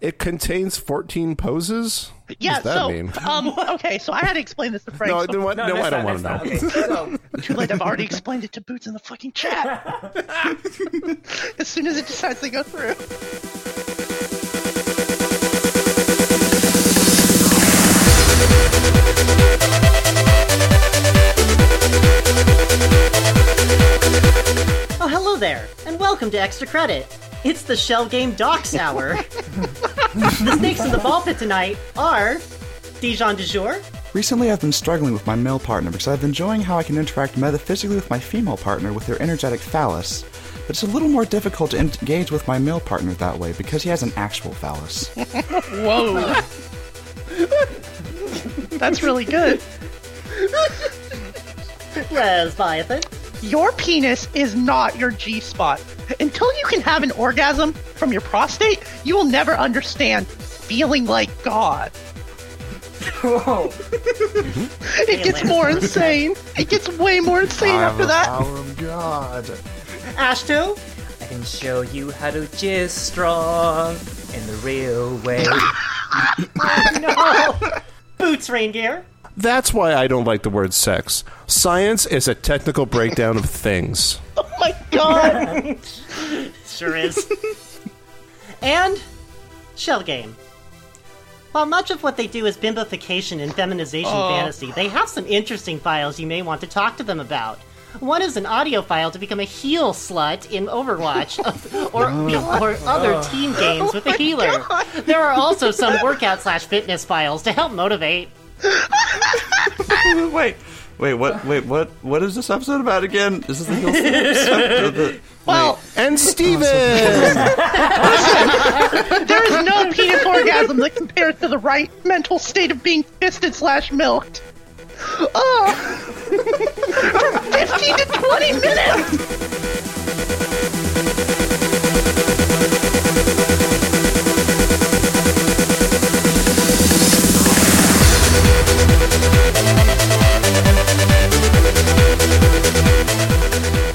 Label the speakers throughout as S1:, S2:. S1: It contains 14 poses? What
S2: Yeah,
S1: does that
S2: so
S1: mean?
S2: um, okay, so I had to explain this to Frank.
S1: No,
S2: so
S1: then what, no, I don't want to know.
S3: not- that's not- okay, so-
S2: too late. I've already explained it to Boots in the fucking chat. as soon as it decides to go through.
S4: Oh, hello there, and welcome to Extra Credit. It's the Shell Game Docs Hour. the snakes in the ball pit tonight are Dijon du jour,
S5: Recently, I've been struggling with my male partner because I've been enjoying how I can interact metaphysically with my female partner with their energetic phallus. But it's a little more difficult to engage with my male partner that way because he has an actual phallus.
S2: Whoa. That's really good.
S4: Lesbiathan,
S2: Your penis is not your G spot. Until you can have an orgasm from your prostate, you will never understand feeling like God.
S3: Whoa.
S2: It gets more insane. It gets way more insane after that.
S5: of God.
S4: Ashto,
S3: I can show you how to jizz strong in the real way. Oh
S4: Boots Reindeer,
S1: That's why I don't like the word sex. Science is a technical breakdown of things.
S2: Oh my god.
S4: sure is, and Shell Game. While much of what they do is bimbification and feminization fantasy, they have some interesting files you may want to talk to them about. One is an audio file to become a heel slut in Overwatch or, or other team games with a healer. There are also some workout slash fitness files to help motivate.
S5: Wait, wait, what? Wait, what? What is this episode about again? Is this the heel episode? Or the-
S2: Well,
S1: And Steven!
S2: there is no penis orgasm that compares to the right mental state of being fisted slash milked. Oh, for 15 to 20 minutes.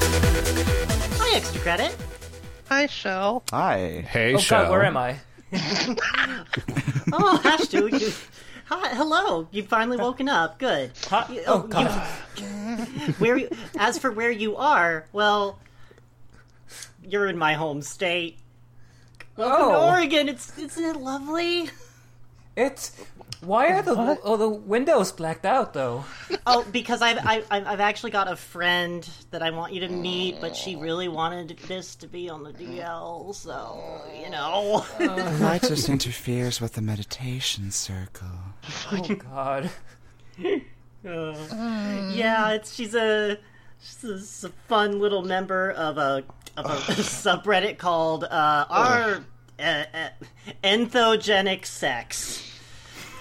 S4: Hi, extra credit.
S2: I shall.
S5: Hi.
S1: hey,
S3: Oh
S1: Shell.
S3: god, where am I?
S4: Oh, Ashtu, you. Hi, hello. You've finally woken up. Good. You- oh, you- where you, as for where you are, well, you're in my home state,
S3: Oh,
S4: Oregon. It's isn't it lovely?
S3: it's. Why are the oh, the windows blacked out though?
S4: Oh, because I've I, I've I've actually got a friend that I want you to meet, but she really wanted this to be on the DL, so you know.
S5: Light just interferes with the meditation circle.
S3: Oh god.
S4: Yeah, it's she's a she's a fun little member of a of a subreddit called uh, our uh, uh, enthogenic sex.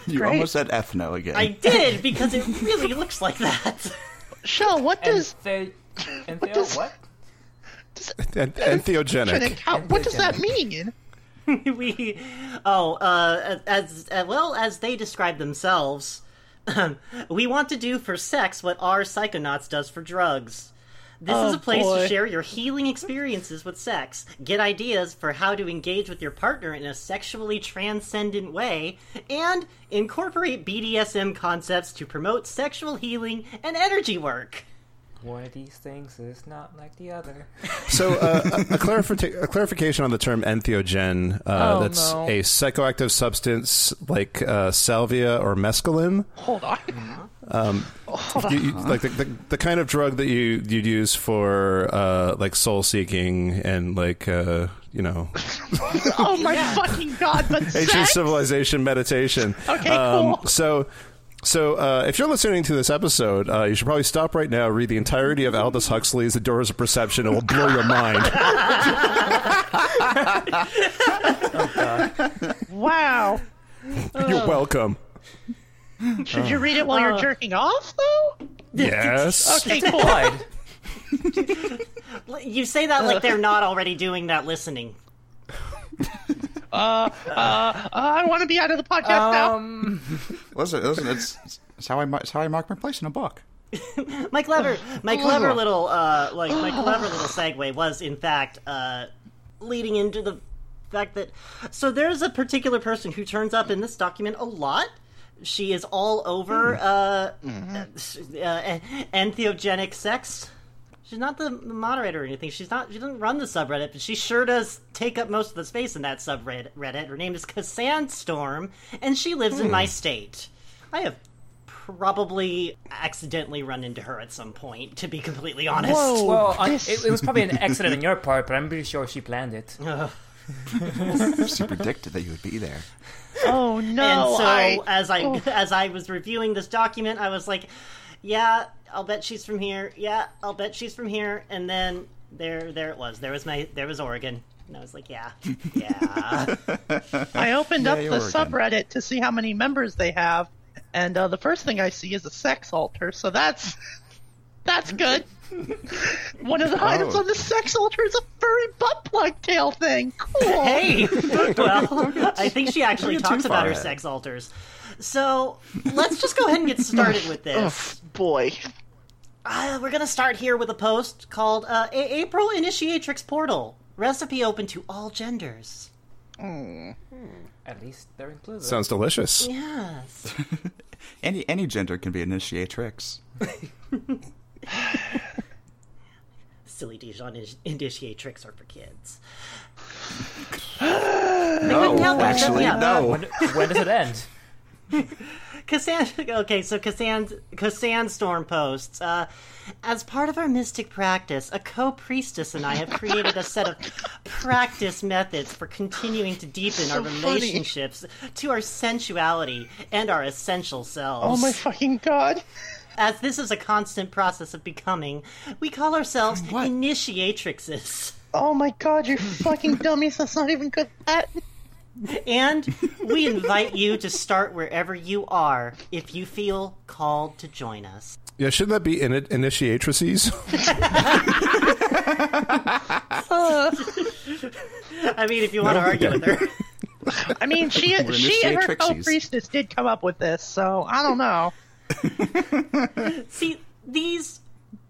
S5: You
S2: Great.
S5: almost said ethno again.
S4: I did because it really looks like that.
S2: Shell, what does
S3: They and they
S2: does-
S3: what?
S1: And, and Theogenic.
S2: how, what does that mean?
S4: we oh uh, as uh, well as they describe themselves. we want to do for sex what our psychonauts does for drugs. This is a place
S2: boy.
S4: to share your healing experiences with sex, get ideas for how to engage with your partner in a sexually transcendent way, and incorporate BDSM concepts to promote sexual healing and energy work.
S3: One of these things is not like the other.
S1: So, uh, a, a, clarif- a clarification on the term entheogen. Uh,
S3: Oh,
S1: that's
S3: no.
S1: a psychoactive substance like uh, salvia or mescaline.
S2: Hold on.
S1: You- you- like the, the, the kind of drug that you you'd use for uh, like soul seeking and like uh, you know
S2: Oh my fucking god, but
S1: ancient
S2: sex?
S1: civilization meditation. Um,
S2: Okay, cool.
S1: So. So, uh, if you're listening to this episode, uh, you should probably stop right now, read the entirety of Aldous Huxley's The Doors of Perception. It will blow your mind.
S2: Wow.
S1: You're welcome.
S2: Should
S5: Uh.
S2: you read it while
S4: Uh.
S2: you're jerking off, though?
S1: Yes.
S2: Okay, cool.
S3: Wide.
S4: You say that like they're not already doing that listening.
S2: I want to be out of the podcast
S4: Um,
S2: now.
S3: Um,
S5: Listen, listen, it's, it's how I mar- it's how I mark my place in a book.
S4: My clever, my clever little, uh, like my clever little segue was in fact uh, leading into the fact that so there's a particular person who turns up in this document a lot. She is all over uh, uh, entheogenic sex. She's not the moderator or anything. She's not. She doesn't run the subreddit, but she sure does take up most of the space in that subreddit. Her name is Cassandstorm, and she lives in my state. I have probably accidentally run into her at some point, to be completely honest.
S2: Oh,
S3: Well, I, it, it was probably an accident on your part, but I'm pretty sure she planned it.
S5: She predicted that you would be there.
S2: Oh no!
S4: and so
S2: I-
S4: as I
S5: Oh.
S4: as I was reviewing this document, I was like, "Yeah, I'll bet she's from here. Yeah, I'll bet she's from here." And then there there it was. There was my there was Oregon, and I was like, "Yeah, yeah."
S2: I opened up
S5: Yay,
S2: the
S5: Oregon.
S2: subreddit to see how many members they have, and uh, the first thing I see is a sex altar. So that's that's good. One of the items on the sex altar is a furry butt plug tail thing. Cool.
S4: hey, well, I think she actually
S5: don't get
S4: talks
S5: too
S4: about
S5: far
S4: her
S5: ahead.
S4: sex altars. So let's just go ahead and get started with this.
S2: boy.
S4: Uh, we're going to start here with a post called uh, a- April Initiatrix Portal Recipe Open to All Genders.
S3: At least they're included.
S1: Sounds delicious.
S4: Yes.
S5: Any any gender can be initiatrix.
S4: Silly Dijon in- Initiatrix are for kids.
S5: No,
S4: count that,
S5: actually,
S4: yeah.
S5: no.
S3: when, when does it end?
S4: Cassand- okay, so Cassand- Cassandstorm posts. Uh, As part of our mystic practice, a co priestess and I have created a set of practice methods for continuing to deepen our
S2: funny.
S4: relationships to our sensuality and our essential selves.
S2: Oh my fucking god.
S4: As this is a constant process of becoming, we call ourselves initiatrixes.
S2: Oh my god, you fucking dummies. That's not even good Latin.
S4: And we invite you to start wherever you are if you feel called to join us.
S1: Yeah, shouldn't that be in- initiatrices?
S4: I mean, if you want to argue with her.
S2: I mean, she she and her
S5: initiatrices.
S2: co priestess did come up with this, so I don't know.
S4: See, these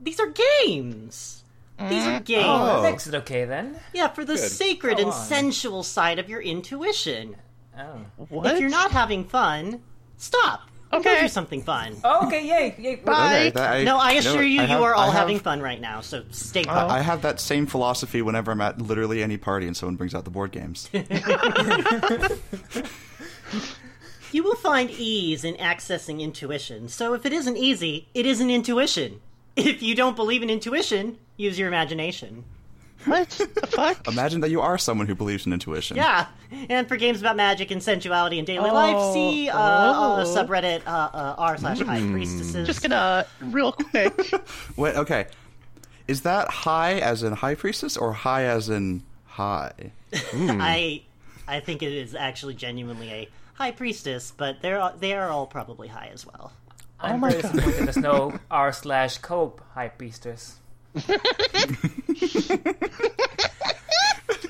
S4: these are games. These
S5: Mm-hmm.
S4: are games.
S3: Oh, that makes it okay then.
S4: yeah, for the sacred and
S3: on.
S4: sensual side of your intuition.
S3: Oh.
S2: What?
S4: If you're not having fun, stop. and Go
S2: Okay.
S4: do something fun.
S3: Oh, okay, yay, yay.
S2: Bye.
S5: Okay, that-
S4: no, I assure you,
S5: I have-
S4: you are
S5: I
S4: all
S5: have-
S4: having fun right now. So stay put.
S3: Oh.
S5: I have that same philosophy whenever I'm at literally any party and someone brings out the board games.
S4: you will find ease in accessing intuition. So if it isn't easy, it isn't intuition. If you don't believe in intuition, use your imagination.
S2: What the fuck?
S5: Imagine that you are someone who believes in intuition.
S4: Yeah, and for games about magic and sensuality and daily life, see uh, uh,
S2: Oh.
S4: subreddit uh, uh, r slash high priestesses.
S2: Just gonna, real quick.
S5: Wait, okay. Is that high as in high priestess or high as in high?
S4: I, I think it is actually genuinely a high priestess, but they're all- they are all probably high as well.
S3: I'm oh my very disappointed there's no r slash cope high priestess.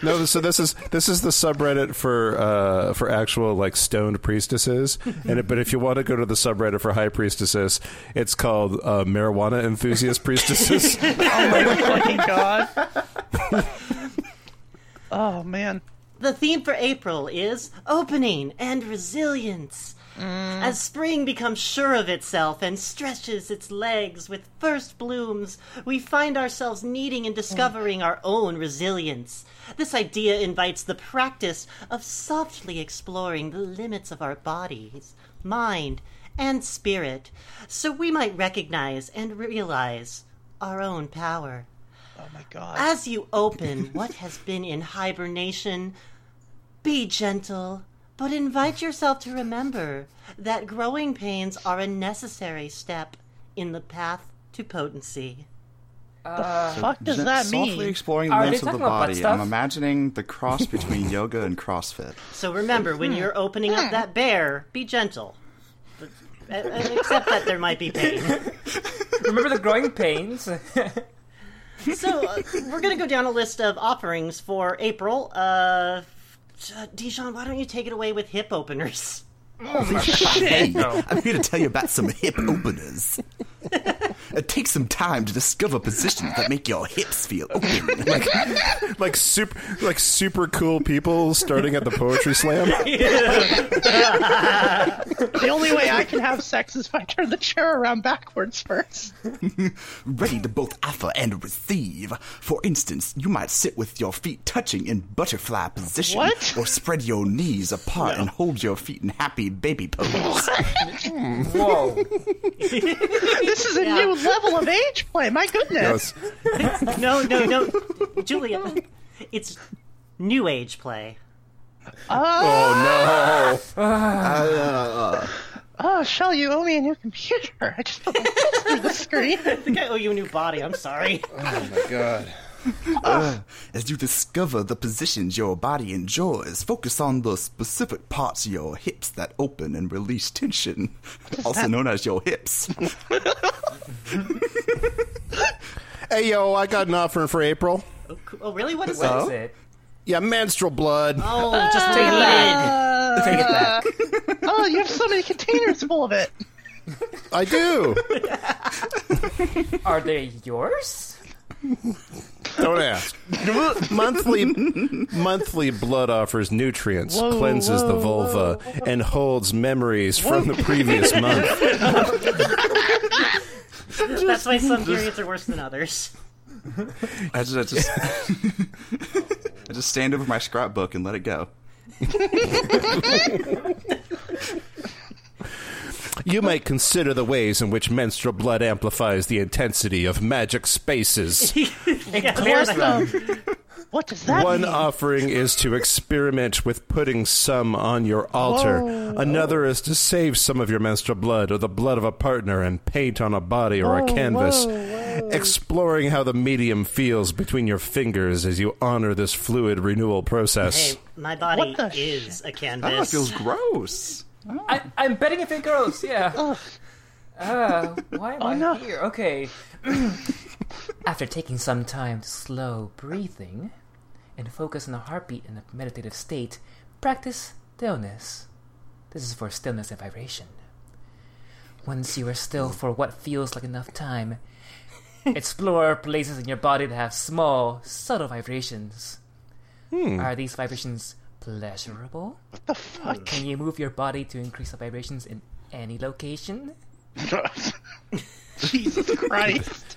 S1: No, so this is this is the subreddit for uh, for actual like stoned priestesses, and it, but if you want to go to the subreddit for high priestesses, it's called uh, marijuana enthusiast priestesses.
S2: fucking god. oh man.
S4: The theme for April is opening and resilience. As spring becomes sure of itself and stretches its legs with first blooms, we find ourselves needing and discovering our own resilience. This idea invites the practice of softly exploring the limits of our bodies, mind, and spirit, so we might recognize and realize our own power.
S2: Oh my god.
S4: As you open what has been in hibernation, be gentle, but invite yourself to remember that growing pains are a necessary step in the path to potency.
S2: Fuck does
S5: Gen-
S2: that
S5: softly
S2: mean?
S5: exploring the
S3: Are they
S5: limits of the
S3: talking about butt
S5: body.
S3: stuff?
S5: I'm imagining the cross between yoga and CrossFit.
S4: So remember, when you're opening up that bear, be gentle. But- uh, uh, Except that there might be pain.
S3: Remember the growing pains?
S4: So uh, we're gonna go down a list of offerings for April. Uh, uh, Dijon, why don't you take it away with hip openers?
S5: Hey, I'm here to tell you about some hip openers. It takes some time to discover positions that make your hips feel open. Like,
S1: like super, like super cool people starting at the poetry slam.
S2: The only way I can have sex is if I turn the chair around backwards first.
S5: ready to both offer and receive. For instance, you might sit with your feet touching in butterfly position,
S2: What?
S5: or spread your knees apart and hold your feet in happy baby pose.
S3: Whoa.
S2: This is a new level of age play. My goodness.
S1: Yes.
S4: No, no, no, Julia. It's new age play.
S1: Oh
S2: Oh, Shell, you owe me a new computer. I just put my face through the screen.
S4: I think I owe you a new body. I'm sorry.
S1: no! God.
S5: Uh, As you discover the positions your body enjoys, focus on the specific parts of your hips that open and release tension, also known as your hips.
S1: Hey yo, I got an offering for April.
S4: Oh, cool. Oh, really? What is
S5: Well,
S4: that?
S3: That's it.
S1: Yeah, menstrual blood.
S4: Oh, just take it back.
S3: Take it back.
S2: Oh, you have so many containers full of it.
S1: I do.
S3: Are they yours?
S1: Don't ask. monthly monthly blood offers nutrients, cleanses the vulva, and holds memories from the previous month.
S4: That's why some periods are worse than others.
S5: I just, I just, I just stand over my scrapbook and let it go.
S1: You might consider the ways in which menstrual blood amplifies the intensity of magic spaces.
S4: Clears them.
S2: What does that
S1: One
S2: mean?
S1: offering is to experiment with putting some on your altar. Another is to save some of your menstrual blood or the blood of a partner and paint on a body or a canvas, exploring how the medium feels between your fingers as you honor this fluid renewal process.
S4: Hey, my body
S2: What the sh-
S4: is a
S5: Oh, it
S4: canvas.
S5: feels gross.
S3: I, I'm betting if it grows, yeah. Uh, why am I
S2: no.
S3: here? Okay. After taking some time to slow breathing and focus on the heartbeat in a meditative state, practice stillness. This is for stillness and vibration. Once you are still for what feels like enough time, explore places in your body that have small, subtle vibrations. Are these vibrations pleasurable?
S2: the fuck?
S3: Can you move your body to increase the vibrations in any location?
S2: Jesus Christ.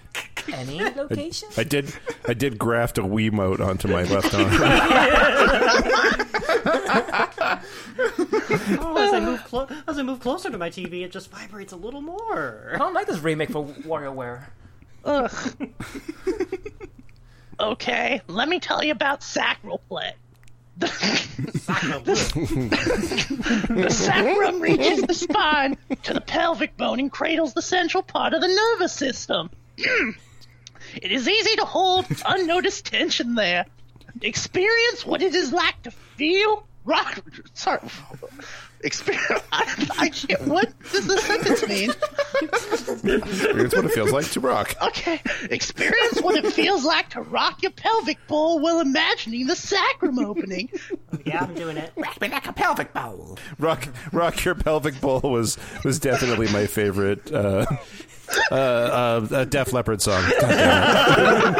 S3: Any location?
S1: I did I did graft a Wiimote onto my left arm.
S4: Oh, as I move clo- as I move closer to my TV, it just vibrates a little more.
S3: I don't like this remake for WarioWare.
S2: Ugh. okay, let me tell you about sacral play.
S4: Oh,
S2: the sacrum reaches the spine to the pelvic bone and cradles the central part of the nervous system. it is easy to hold unnoticed tension there. Experience what it is like to feel. Rock, sorry. Experience. I, I can't. What does this sentence mean?
S1: Here's what it feels like to rock.
S2: Okay. Experience what it feels like to rock your pelvic bowl while imagining the sacrum opening.
S4: Yeah, I'm doing it.
S5: Rock me like a pelvic bowl.
S1: Rock Rock Your Pelvic Bowl was was definitely my favorite uh uh, uh, uh, Def Leppard song. God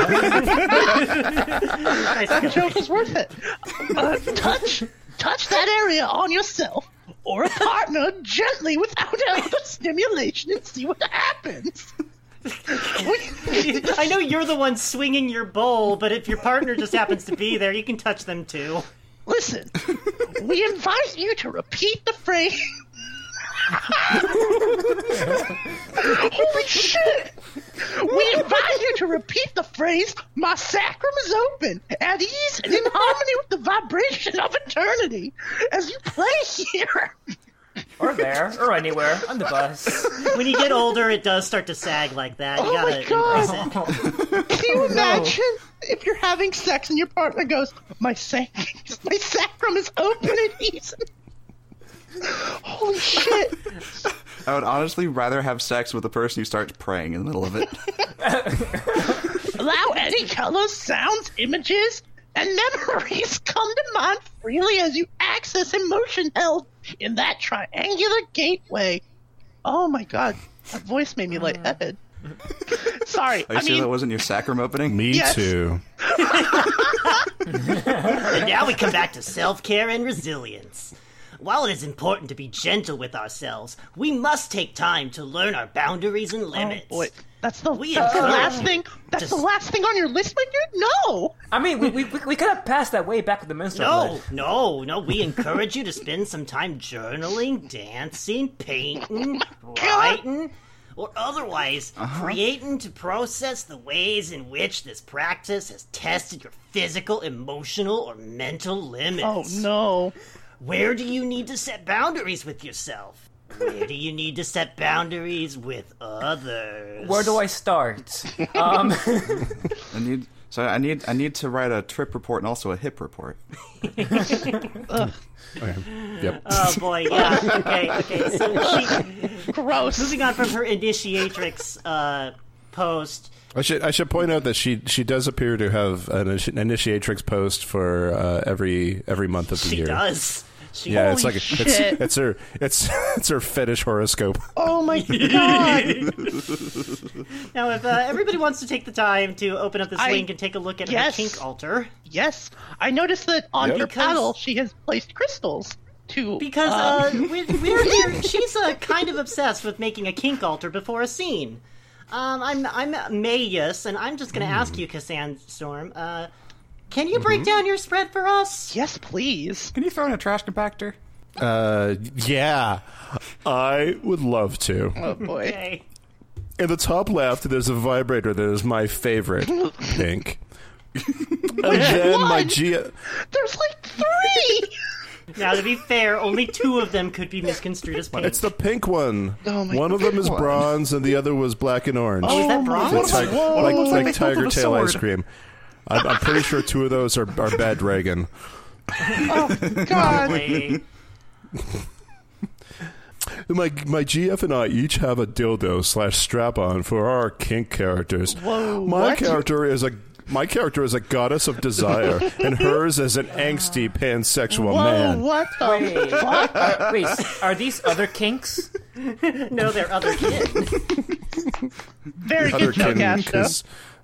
S1: damn it.
S4: Nice.
S2: Joke is worth it. Uh, touch, touch that area on yourself or a partner gently without elbow stimulation and see what happens.
S4: I know you're the one swinging your bowl, but if your partner just happens to be there, you can touch them too.
S2: Listen, we invite you to repeat the phrase. Holy shit! We invite you to repeat the phrase, My sacrum is open, at ease and in harmony with the vibration of eternity, as you play here.
S3: Or there, or anywhere, on the bus.
S4: When you get older, it does start to sag like that. You
S2: Oh
S4: gotta
S2: my God.
S4: embrace it.
S2: Can you imagine if you're having sex and your partner goes, My, sac- my sacrum is open at ease? Holy shit!
S5: I would honestly rather have sex with a person who starts praying in the middle of it.
S2: Allow any colors, sounds, images, and memories come to mind freely as you access emotion held in that triangular gateway. Oh my god, that voice made me lightheaded. Sorry.
S5: Are you
S2: I
S5: sure
S2: mean,
S5: that wasn't your sacrum opening?
S1: Me
S2: Yes.
S1: too.
S4: And now we come back to self care and resilience. While it is important to be gentle with ourselves, we must take time to learn our boundaries and limits.
S2: Oh, boy, that's the,
S4: We
S2: that's the
S4: encourage-
S2: last thing. That's the
S4: Just-
S2: last thing on your list, my dude. No.
S3: I mean, we, we, we could have passed that way back with the menstrual
S4: No,
S3: blood.
S4: no, no. We encourage you to spend some time journaling, dancing, painting, writing, or otherwise
S2: Uh-huh.
S4: creating to process the ways in which this practice has tested your physical, emotional, or mental limits.
S2: Oh no.
S4: Where do you need to set boundaries with yourself? Where do you need to set boundaries with others?
S3: Where do I start? Um,
S5: I need so I need I need to write a trip report and also a hip report.
S1: Yep.
S4: Oh boy, yeah. Okay, okay. So she,
S2: Gross.
S4: moving on from her initiatrix uh, post.
S1: I should I should point out that she she does appear to have an initi- initiatrix post for uh, every every month of the
S4: She
S1: year.
S4: does. She
S1: Yeah, it's
S2: Holy
S1: like
S2: shit.
S1: it's it's her it's it's her fetish horoscope.
S2: Oh my god.
S4: now, if uh, everybody wants to take the time to open up this
S2: I-
S4: link and take a look at
S2: Yes.
S4: her kink altar,
S2: Yes, I noticed that on
S1: Yep.
S2: her
S4: Because-
S2: paddle she has placed crystals to
S4: because uh, we're, we're, we're- she's uh, kind of obsessed with making a kink altar before a scene. Um, I'm I'm Mayus, and I'm just going to ask you, Cassandstorm, Storm. Uh, can you break down your spread for us?
S2: yes, please.
S5: Can you throw in a trash compactor?
S1: Uh, yeah, I would love to.
S2: Oh boy.
S4: Okay.
S1: In the top left, there's a vibrator that is my favorite, pink. and then my
S2: one?
S1: G.
S2: There's like three.
S4: Now, to be fair, only two of them could be misconstrued as pink.
S1: It's the pink one.
S2: Oh my
S1: one of them is bronze, and the other was black and orange.
S4: Oh, is that
S1: It's
S4: bronze?
S1: like, like,
S5: Looks like
S1: like
S5: the hilt of
S1: tiger
S5: a
S1: tail ice
S5: sword.
S1: cream. I'm, I'm pretty sure two of those are, are bad dragon.
S2: God.
S4: Wait.
S1: My my GF and I each have a dildo slash strap on for our kink characters.
S2: Whoa,
S1: my
S2: what?
S1: character is a my character is a goddess of desire, and hers is an angsty pansexual
S2: Whoa,
S1: Oh, man.
S2: what the
S3: Wait.
S2: fuck?
S3: Are- wait, are these other kinks?
S4: No, they're other kin.
S2: Very
S1: Other
S2: good joke,
S1: kin-
S2: Ashton.
S1: 'cause-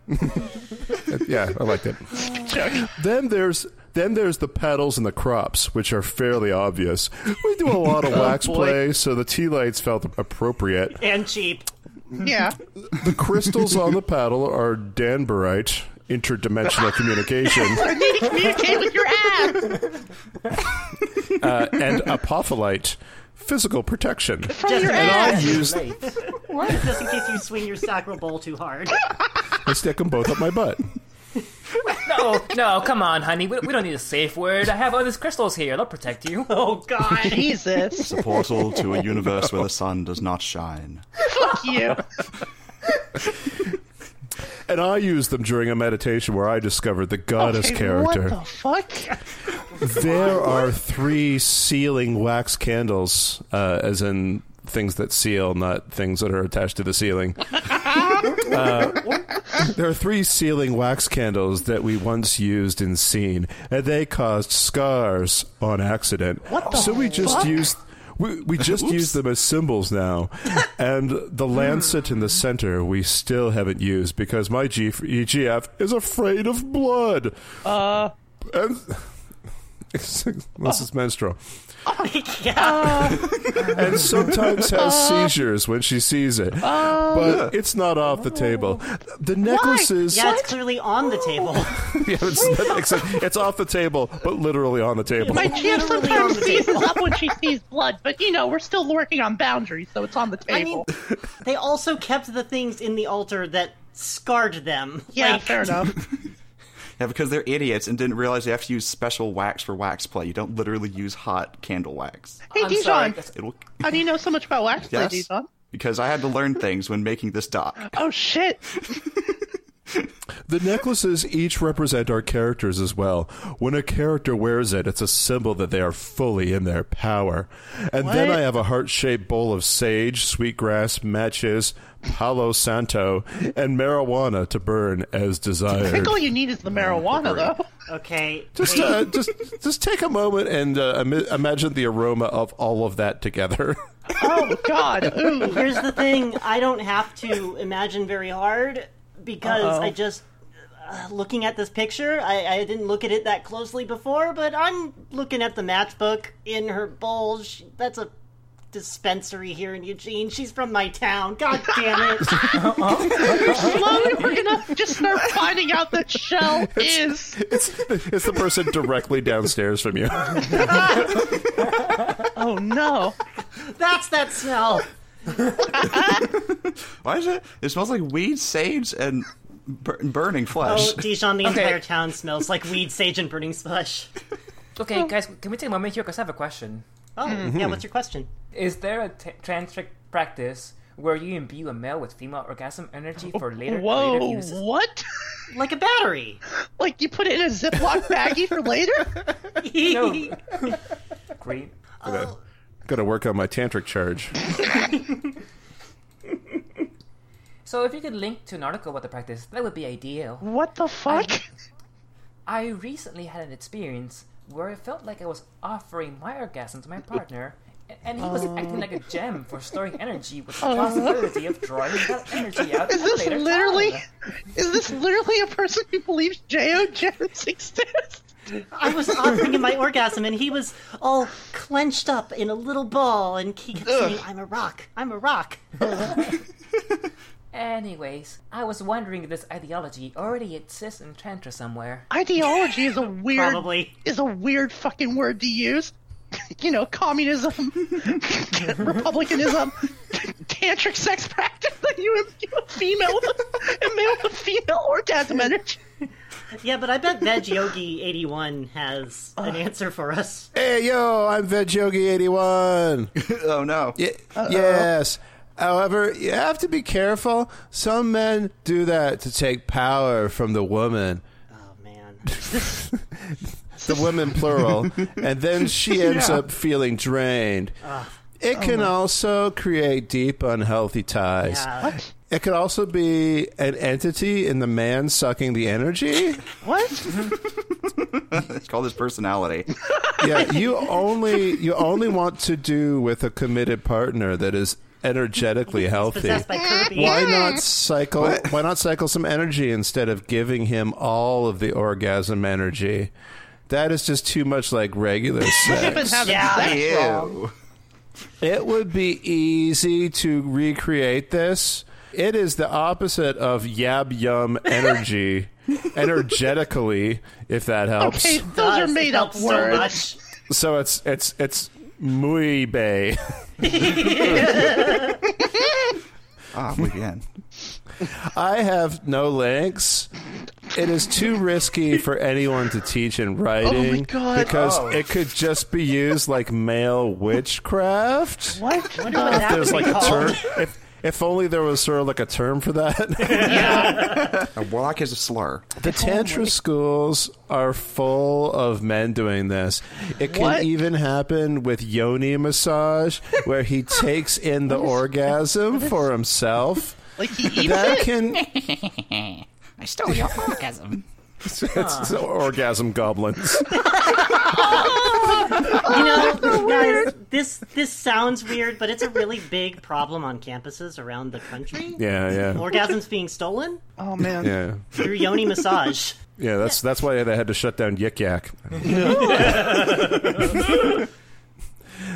S1: yeah, I liked it. Then there's then there's the paddles and the crops, which are fairly obvious. We do a lot of wax
S2: Oh, boy.
S1: play, so the tea lights felt appropriate.
S4: and cheap.
S2: Yeah.
S1: The crystals on the paddle are danbarite, interdimensional communication.
S2: I need to communicate with your ass
S1: and apophyllite physical protection.
S2: from your
S4: And
S1: I
S2: ass.
S1: use
S3: Right.
S4: Just in case you swing your sacral bowl too hard.
S1: I stick them both up my butt.
S3: No, no, come on, honey. We, we don't need a safe word. I have all these crystals here. They'll protect you.
S4: Oh god.
S2: Jesus.
S5: Portal to a universe where the sun does not shine.
S2: Fuck you.
S1: And I use them during a meditation where I discovered the goddess
S2: Okay,
S1: character.
S2: What the fuck?
S1: there are three sealing wax candles, uh, as in things that seal, not things that are attached to the ceiling. Uh, there are three sealing wax candles that we once used in scene, and they caused scars on accident. What
S2: the
S1: so we just
S2: fuck?
S1: used. We, we just use them as symbols now, and the
S2: Hmm.
S1: lancet in the center we still haven't used because my G- EGF is afraid of blood.
S2: Uh.
S1: And unless it's menstrual,
S4: yeah.
S1: and sometimes has seizures when she sees it. but it's not off the table. The necklaces,
S4: Yeah, it's clearly on the table.
S1: yeah, it's, not- except it's off the table, but literally on the table.
S2: My champ
S4: Literally on
S2: sometimes
S4: the
S2: seizes
S4: table.
S2: up when she sees blood, but you know, we're still working on boundaries, so it's on the
S4: I
S2: table.
S4: mean, they also kept the things in the altar that scarred them.
S2: yeah,
S4: Like,
S2: fair enough.
S5: Yeah, because they're idiots and didn't realize you have to use special wax for wax play. You don't literally use hot candle wax.
S2: Hey,
S3: I'm
S2: Dijon,
S3: sorry. That's-
S5: It'll
S2: how do you know so much about wax play,
S5: yes,
S2: Dijon?
S5: because I had to learn things when making this doc.
S2: Oh shit!
S1: The necklaces each represent our characters as well. When a character wears it, it's a symbol that they are fully in their power. And then
S2: What?
S1: I have a heart shaped bowl of sage, sweetgrass, matches, Palo Santo, and marijuana to burn as
S2: I
S1: desired.
S2: think all you need is the marijuana, though.
S4: Okay.
S1: Just,
S4: wait.
S1: uh, just, just take a moment and uh, ima- imagine the aroma of all of that together.
S2: Oh God! Ooh.
S4: Here's the thing: I don't have to imagine very hard because I just uh, looking at this picture. I, I didn't look at it that closely before, but I'm looking at the matchbook in her bulge. That's a dispensary here in Eugene. She's from my town. God damn it!
S2: Sloan, we're gonna just start finding out that Shell is.
S1: It's, it's the person directly downstairs from you.
S2: Oh no!
S4: That's that smell.
S5: Why is it? It smells like weed, sage, and bur- burning flesh.
S4: Oh, Dijon, the
S3: Okay.
S4: entire town smells like weed, sage, and burning slush.
S3: Okay, guys, can we take a moment here? Because I have a question.
S4: Oh,
S2: Mm-hmm.
S4: yeah. What's your question?
S3: Is there a t- tantric practice where you imbue a male with female orgasm energy for later creative
S2: Whoa!
S3: uses?
S2: What?
S4: Like a battery.
S2: Like you put it in a Ziploc baggie for later?
S3: No. Great.
S1: Gotta work on my tantric charge.
S3: So if you could link to an article about the practice, that would be ideal.
S2: What the fuck?
S3: I recently had an experience where it felt like I was offering my orgasm to my partner, a- and he was acting like a
S2: Oh.
S3: gem for storing energy with the possibility of drawing that energy out.
S2: Is
S3: at a
S2: this
S3: later
S2: literally?
S3: time.
S2: Is this literally a person who believes J.O. Jones exists?
S4: I was offering him my orgasm, and he was all clenched up in a little ball, and he kept saying, "I'm a rock. I'm a rock."
S3: Anyways, I was wondering if this ideology already exists in Tantra somewhere.
S2: Ideology is a weird
S4: Probably.
S2: is a weird fucking word to use. You know, communism, republicanism, tantric sex practice that you have a female and male with female orgasm energy.
S4: Yeah, but I bet Veg Yogi eighty one has an answer for us.
S1: Hey, yo, I'm Veg Yogi 81.
S5: Oh, no.
S1: Y- yes. However, you have to be careful. Some men do that to take power from the woman.
S4: Oh man,
S1: the women plural, and then she ends
S5: Yeah.
S1: up feeling drained. It can also create deep, unhealthy ties.
S4: yeah.
S1: It could also be an entity in the man sucking the energy.
S2: What?
S5: It's called his personality.
S1: yeah, you only you only want to do with a committed partner that is energetically healthy.
S4: possessed by Kirby.
S1: Why not cycle? Why not cycle some energy instead of giving him all of the orgasm energy? That is just too much like regular sex.
S2: Been having
S4: Yeah,
S2: sex wrong.
S5: Ew.
S1: It would be easy to recreate this. It is the opposite of yab yum energy, energetically, if that helps.
S2: Hey, those
S4: Does.
S2: are
S4: It
S2: made up
S4: helps so
S2: words.
S4: much.
S1: So it's it's it's muy bay.
S5: Ah, we again.
S1: I have no links. It is too risky for anyone to teach
S4: Oh
S1: in writing
S2: God.
S1: because it could just be used like male witchcraft.
S2: What?
S4: Wonder what that
S1: There's
S4: would
S1: like
S4: be
S1: a term.
S4: called.
S1: If, if only there was sort of like a term for that.
S5: A warlock is a slur.
S1: The tantra schools are full of men doing this. It can
S2: What?
S1: even happen with yoni massage, where he takes in the orgasm for himself.
S2: Like he eats
S1: That
S2: it?
S1: can
S6: I stole your orgasm.
S1: it's, it's orgasm goblins.
S4: You know, guys, this this sounds weird, but it's a really big problem on campuses around the country.
S1: Yeah, yeah,
S4: Orgasms being stolen
S2: Oh man.
S1: yeah,
S4: through yoni massage.
S1: yeah. That's that's why they had to shut down Yik Yak.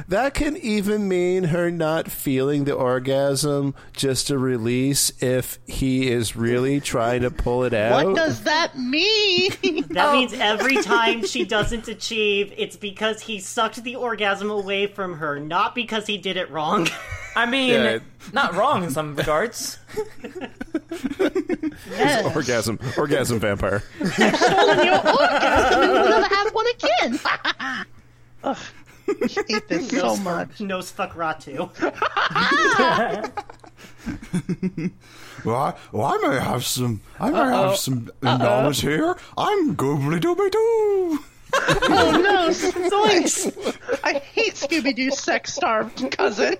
S1: That can even mean her not feeling the orgasm just to release if he is really trying to pull it out.
S2: What does that mean?
S4: That means every time she doesn't achieve, it's because he sucked the orgasm away from her, not because he did it wrong.
S3: I mean,
S1: Yeah, it-
S3: not wrong in some regards.
S1: orgasm orgasm vampire?
S2: gonna have one again. Ugh, I hate this so much.
S4: Nose fuck Ratu.
S5: Well, I, well, I may have some. I may have some knowledge here. I'm goobly dooby doo.
S2: Oh no, Zoinks! I hate Scooby Doo sex starved cousin.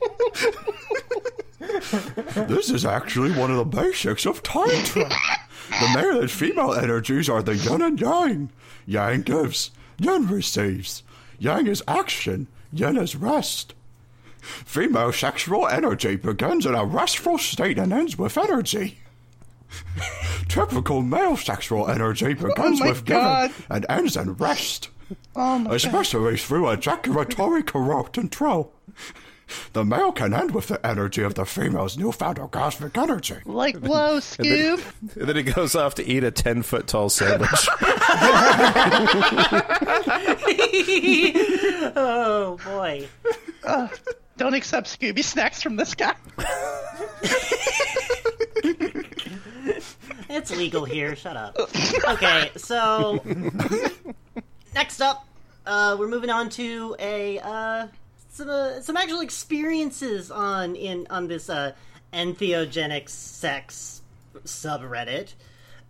S5: This is actually one of the basics of tantra. the male and female energies are the yin and yang. Yang gives, yin receives. Yang is action, yin is rest. Female sexual energy begins in a restful state and ends with energy. Typical male sexual energy begins
S2: Oh my
S5: with
S2: God.
S5: giving and ends in rest,
S2: Oh my god.
S5: especially through ejaculatory correct control. The male can end with the energy of the female's newfound orgasmic energy.
S2: Like, whoa, Scoob.
S1: And then he goes off to eat a 10 foot tall sandwich.
S4: oh boy.
S2: Don't accept Scooby snacks from this guy.
S4: It's legal here. Shut up. Okay, so next up, uh, we're moving on to a uh, some uh, some actual experiences on in on this uh, entheogenic sex subreddit.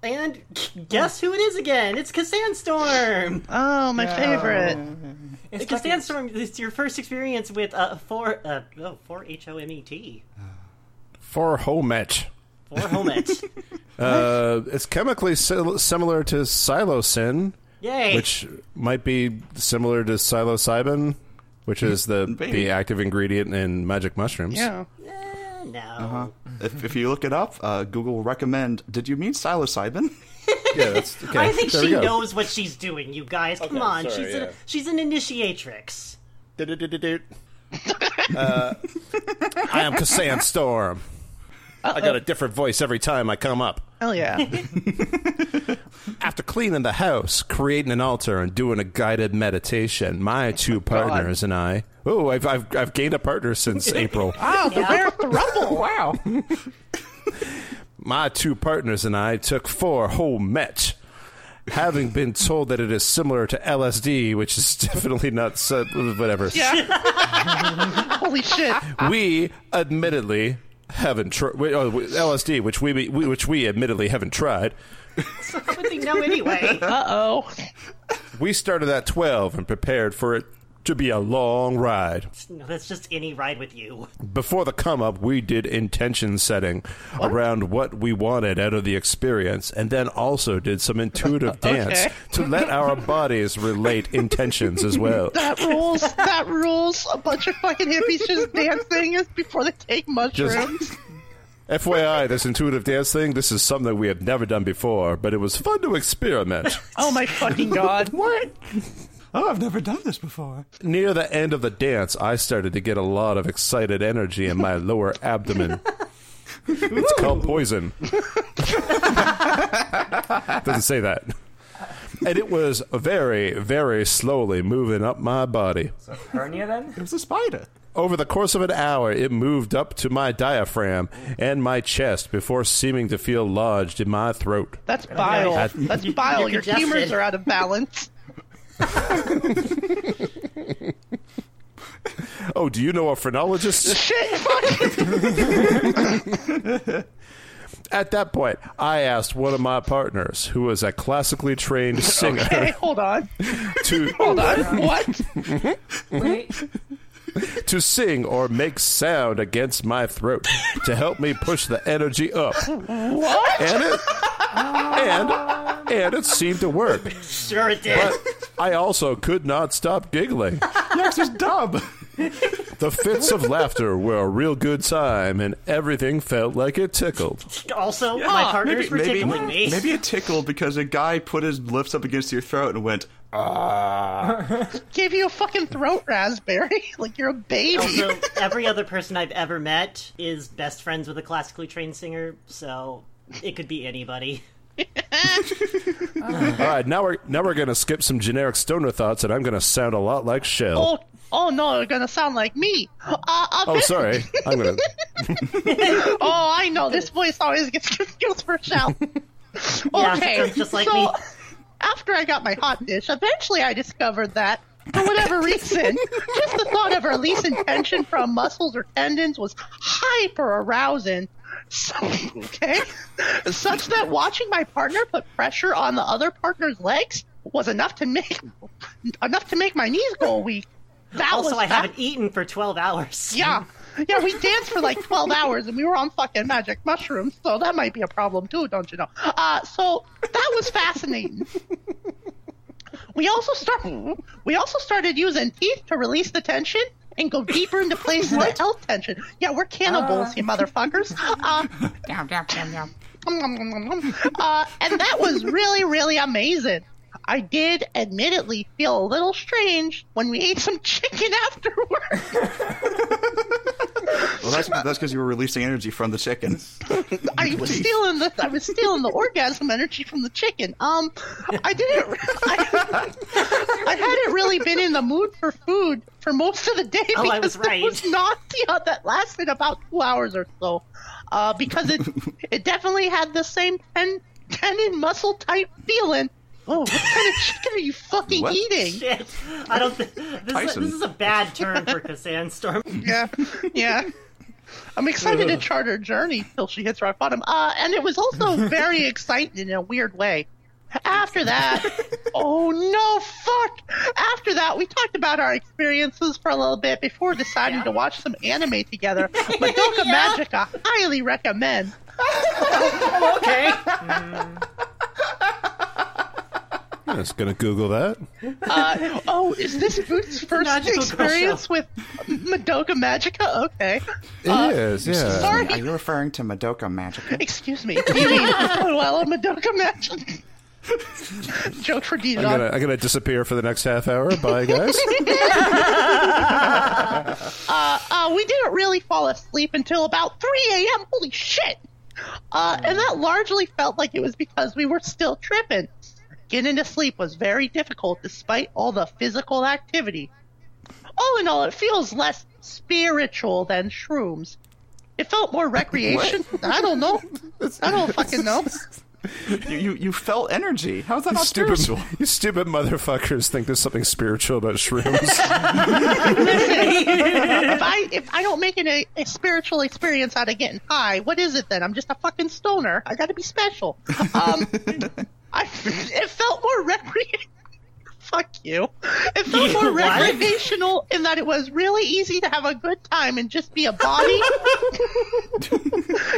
S4: And guess who it is again? It's Cassandstorm.
S2: Oh, my favorite.
S3: It's fucking-
S4: Cassandstorm, it's your first experience with uh, four uh, oh, four H O M E T
S1: For home match.
S4: four homet.
S1: Uh, it's chemically sil- similar to psilocin,
S4: Yay!
S1: which might be similar to psilocybin,
S4: Mm,
S1: which is the,
S5: Maybe.
S1: the active ingredient in magic mushrooms.
S2: Yeah.
S4: Eh, no.
S5: If, if you look it up, uh, Google will recommend. Did you mean psilocybin?
S1: Yeah, that's, okay.
S4: I think
S1: there we
S4: she
S1: go.
S4: knows what she's doing, you guys. Come on,
S1: sorry,
S4: she's
S1: yeah.
S4: a, she's an initiatrix.
S1: Du-du-du-du-du. uh, I am Cassandstorm. Storm. I got a different voice every time I come up.
S2: Hell yeah.
S1: After cleaning the house, creating an altar, and doing a guided meditation, my two
S4: Oh,
S1: partners and I. Oh, I've, I've, I've gained a partner since April.
S2: Oh, the rare rumble.
S6: Wow.
S1: My two partners and I took four whole mets. Having been told that it is similar to LSD, which is definitely not su- whatever.
S2: Holy shit.
S1: we admittedly haven't tried oh, we- LSD, which we, we which we admittedly haven't tried.
S4: How would they know anyway?
S2: Uh oh.
S1: We started at twelve and prepared for it to be a long ride.
S4: no, that's just any ride with you.
S1: Before the come up, we did intention setting around what we wanted out of the experience, and then also did some intuitive dance
S2: Okay.
S1: to let our bodies relate intentions as well.
S2: That rules. That rules. A bunch of fucking hippies just dancing is before they take mushrooms.
S1: FYI, this intuitive dance thing, this is something we have never done before, but it was fun to experiment.
S2: Oh my fucking god. what?
S5: Oh, I've never done this before.
S1: Near the end of the dance, I started to get a lot of excited energy in my lower abdomen. It's called poison. Doesn't say that. And it was very, very slowly moving up my body.
S3: So hernia
S5: It
S3: then?
S5: was a spider.
S1: Over the course of an hour, it moved up to my diaphragm and my chest before seeming to feel lodged in my throat.
S2: That's bile.
S1: That-
S2: That's bile. Your
S4: You're congested.
S2: humors are out of balance.
S1: Oh, do you know a phrenologist?
S2: Shit. Fuck.
S1: At that point, I asked one of my partners, who was a classically trained singer,
S2: Okay, hold on.
S1: to
S2: Hold on. What?
S3: Wait.
S1: to sing or make sound against my throat to help me push the energy up.
S2: What?
S1: And it and and it seemed to work.
S4: Sure it did.
S1: But I also could not stop giggling.
S5: Next is dub.
S1: The fits of laughter were a real good time and everything felt like it tickled.
S4: also, my partners were
S5: maybe,
S4: tickling me.
S5: maybe it tickled because a guy put his lips up against your throat and went, "Oh, ah.
S2: Gave you a fucking throat raspberry. Like you're a baby.
S4: Also, every other person I've ever met is best friends with a classically trained singer, so it could be anybody.
S1: All right, now we're now we're going to skip some generic stoner thoughts and I'm going to sound a lot like Shell.
S2: Oh, oh no, you're gonna sound like me. Uh, uh,
S1: Oh, sorry. I'm going to
S2: Oh, I know. This voice always gets goes for Shell.
S4: Yeah,
S2: okay,
S4: sounds just like
S2: so
S4: me.
S2: after I got my hot dish, eventually I discovered that for whatever reason, just the thought of releasing tension from muscles or tendons was hyper arousing. So, okay, such that watching my partner put pressure on the other partner's legs was enough to make enough to make my knees go weak. That
S4: Also,
S2: was
S4: I
S2: that-
S4: haven't eaten for 12 hours.
S2: yeah. Yeah, we danced for like 12 hours and we were on fucking magic mushrooms, so that might be a problem too, don't you know? Uh, so that was fascinating. we also start we also started using teeth to release the tension and go deeper into places of health tension. Yeah, we're cannibals, you motherfuckers. Uh,
S6: Down, down, down, down.
S2: uh, and that was really, really amazing. I did admittedly feel a little strange when we ate some chicken afterward.
S5: Well, that's that's because you were releasing energy from the chicken.
S2: I was stealing the I was stealing the orgasm energy from the chicken. Um, I didn't. re- I, I hadn't really been in the mood for food for most of the day
S4: Oh, I
S2: because
S4: was right.
S2: it was nausea that lasted about two hours or so. Uh, because it it definitely had the same ten, tendon muscle type feeling. Oh, what kind of chicken are you fucking
S5: What?
S2: eating?
S4: Shit. I don't. Th- this, is a,
S5: Tyson.
S4: this is a bad turn for Cassandstorm. Storm.
S2: Yeah, yeah. I'm excited to chart her journey till she hits rock bottom. Uh, and it was also very exciting in a weird way. After that, oh no, fuck! After that, we talked about our experiences for a little bit before deciding to watch some anime together. Madoka Magica, highly recommend.
S4: Okay.
S1: I'm just going to Google that.
S2: Uh, oh, is this Boots' first
S4: magical girl
S2: experience with Madoka Magica? Okay.
S1: It is, yeah.
S2: Uh, Sorry.
S5: Are you referring to Madoka Magica?
S2: Excuse me. Do you mean Cruella Madoka Magic? Joke for
S1: I'm
S2: Dijon.
S1: gonna, I'm gonna disappear for the next half hour. Bye, guys.
S2: Uh, uh, we didn't really fall asleep until about 3 a.m. Holy shit! Uh, and that largely felt like it was because we were still tripping. Getting to sleep was very difficult despite all the physical activity. All in all, it feels less spiritual than shrooms. It felt more recreation. I don't know. I don't fucking know.
S5: you, you you felt energy. How's that not
S1: stupid,
S5: spiritual?
S1: you stupid motherfuckers think there's something spiritual about shrooms.
S2: if I if I don't make it a, a spiritual experience out of getting high, what is it then? I'm just a fucking stoner. I got to be special. Um, I it felt more recreational. Fuck you. It felt more
S4: What?
S2: recreational in that it was really easy to have a good time and just be a body,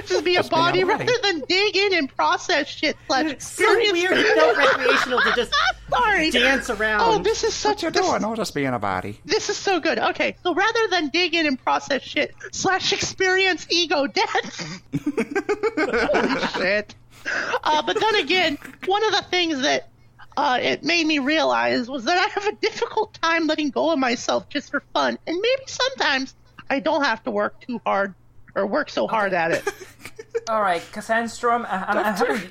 S2: just be a body
S5: high.
S2: rather than dig in and process shit slash
S4: so
S2: experience.
S4: weird. It felt recreational to just
S2: Sorry.
S4: dance around.
S2: Oh, this is such
S5: What you
S2: this-
S5: doing? I'll just be in a body.
S2: this is so good. Okay, so rather than dig in and process shit slash experience ego death. Holy shit. Uh, but then again, one of the things that uh, it made me realize was that I have a difficult time letting go of myself just for fun, and maybe sometimes I don't have to work too hard or work so hard at it.
S3: All right, Cassandstorm, I, I'm, I'm, having,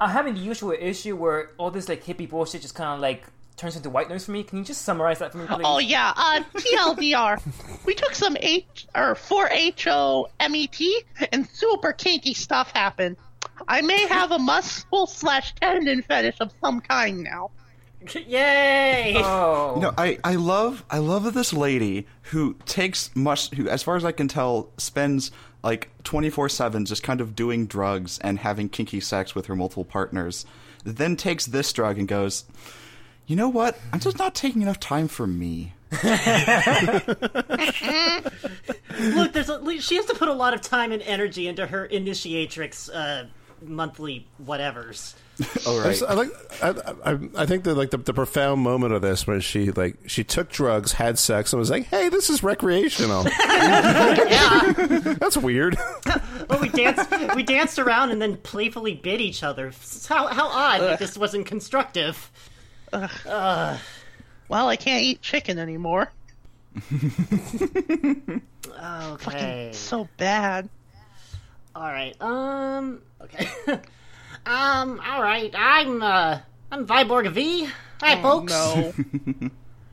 S3: I'm having the usual issue where all this like hippie bullshit just kind of like turns into white noise for me. Can you just summarize that for me, please?
S2: Oh yeah, uh, TLDR. we took some H or four HO MET, and super kinky stuff happened. I may have a muscle slash tendon fetish of some kind now.
S4: Yay!
S3: Oh.
S5: No, I, I love I love that this lady who takes much who as far as I can tell spends like 24/7 just kind of doing drugs and having kinky sex with her multiple partners then takes this drug and goes you know what? I'm just not taking enough time for me.
S4: Look, there's a, she has to put a lot of time and energy into her initiatrix uh, monthly whatever's.
S5: All
S1: I
S5: right.
S1: just- I like. I, I, I think that like the, the profound moment of this when she like she took drugs, had sex, and was like, "Hey, this is recreational." That's weird.
S4: Well, we danced, we danced around and then playfully bit each other. How how odd that this wasn't constructive.
S2: Well, I can't eat chicken anymore.
S4: Okay.
S2: So bad.
S4: All right. Um. Okay. um. All right. I'm uh. I'm Viborg V. Hi, folks.
S2: No.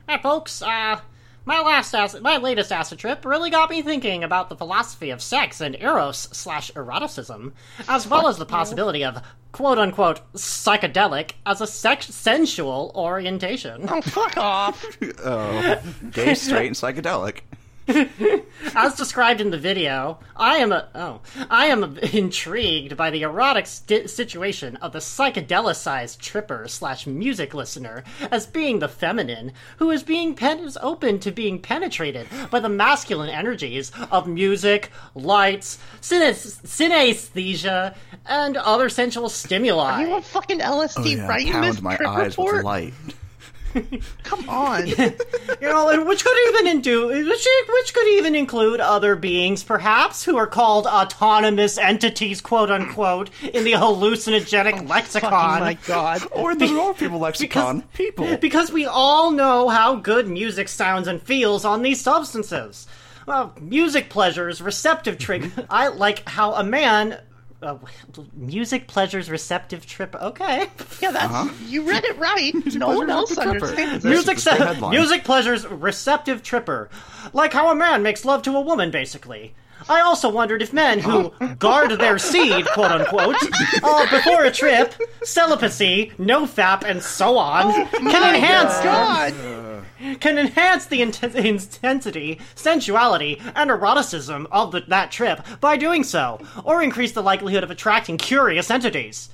S4: Hi, folks. Uh, my last acid, my latest acid trip really got me thinking about the philosophy of sex and eros slash eroticism, as well as the possibility of quote unquote psychedelic as a sex sensual orientation.
S2: oh, fuck off.
S5: Gay, straight, and psychedelic.
S4: As described in the video, I am a oh, I am intrigued by the erotic sti situation of the psychedelicized tripper slash music listener as being the feminine who is being pen- is open to being penetrated by the masculine energies of music, lights, synes- synesthesia, and other sensual
S2: You
S4: stimuli.
S2: want fucking LSD
S5: Oh, Yeah,
S2: right in this
S5: pound my
S2: trip
S5: eyes
S2: report?
S5: with light.
S2: Come on.
S4: You know, and which could even do which which could even include other beings, perhaps, who are called autonomous entities, quote unquote, in the hallucinogenic
S2: Fucking
S4: lexicon.
S2: my god.
S5: Or in the normal people lexicon, people.
S4: Because we all know how good music sounds and feels on these substances. Well, music pleasures, receptive trip. I like how a man. Uh, music pleasures, receptive trip. Okay.
S2: Yeah, that's
S5: Uh-huh.
S2: you read it right. no one else understands it.
S4: music,
S5: just the
S4: se-
S5: headline.
S4: music pleasures, receptive tripper. Like how a man makes love to a woman, basically. I also wondered if men who guard their seed, quote unquote, uh, before a trip, celibacy, no fap, and so on,
S5: Oh
S4: can enhance
S2: God.
S4: can enhance the inten- intensity, sensuality, and eroticism of the, that trip by doing so, or increase the likelihood of attracting curious entities.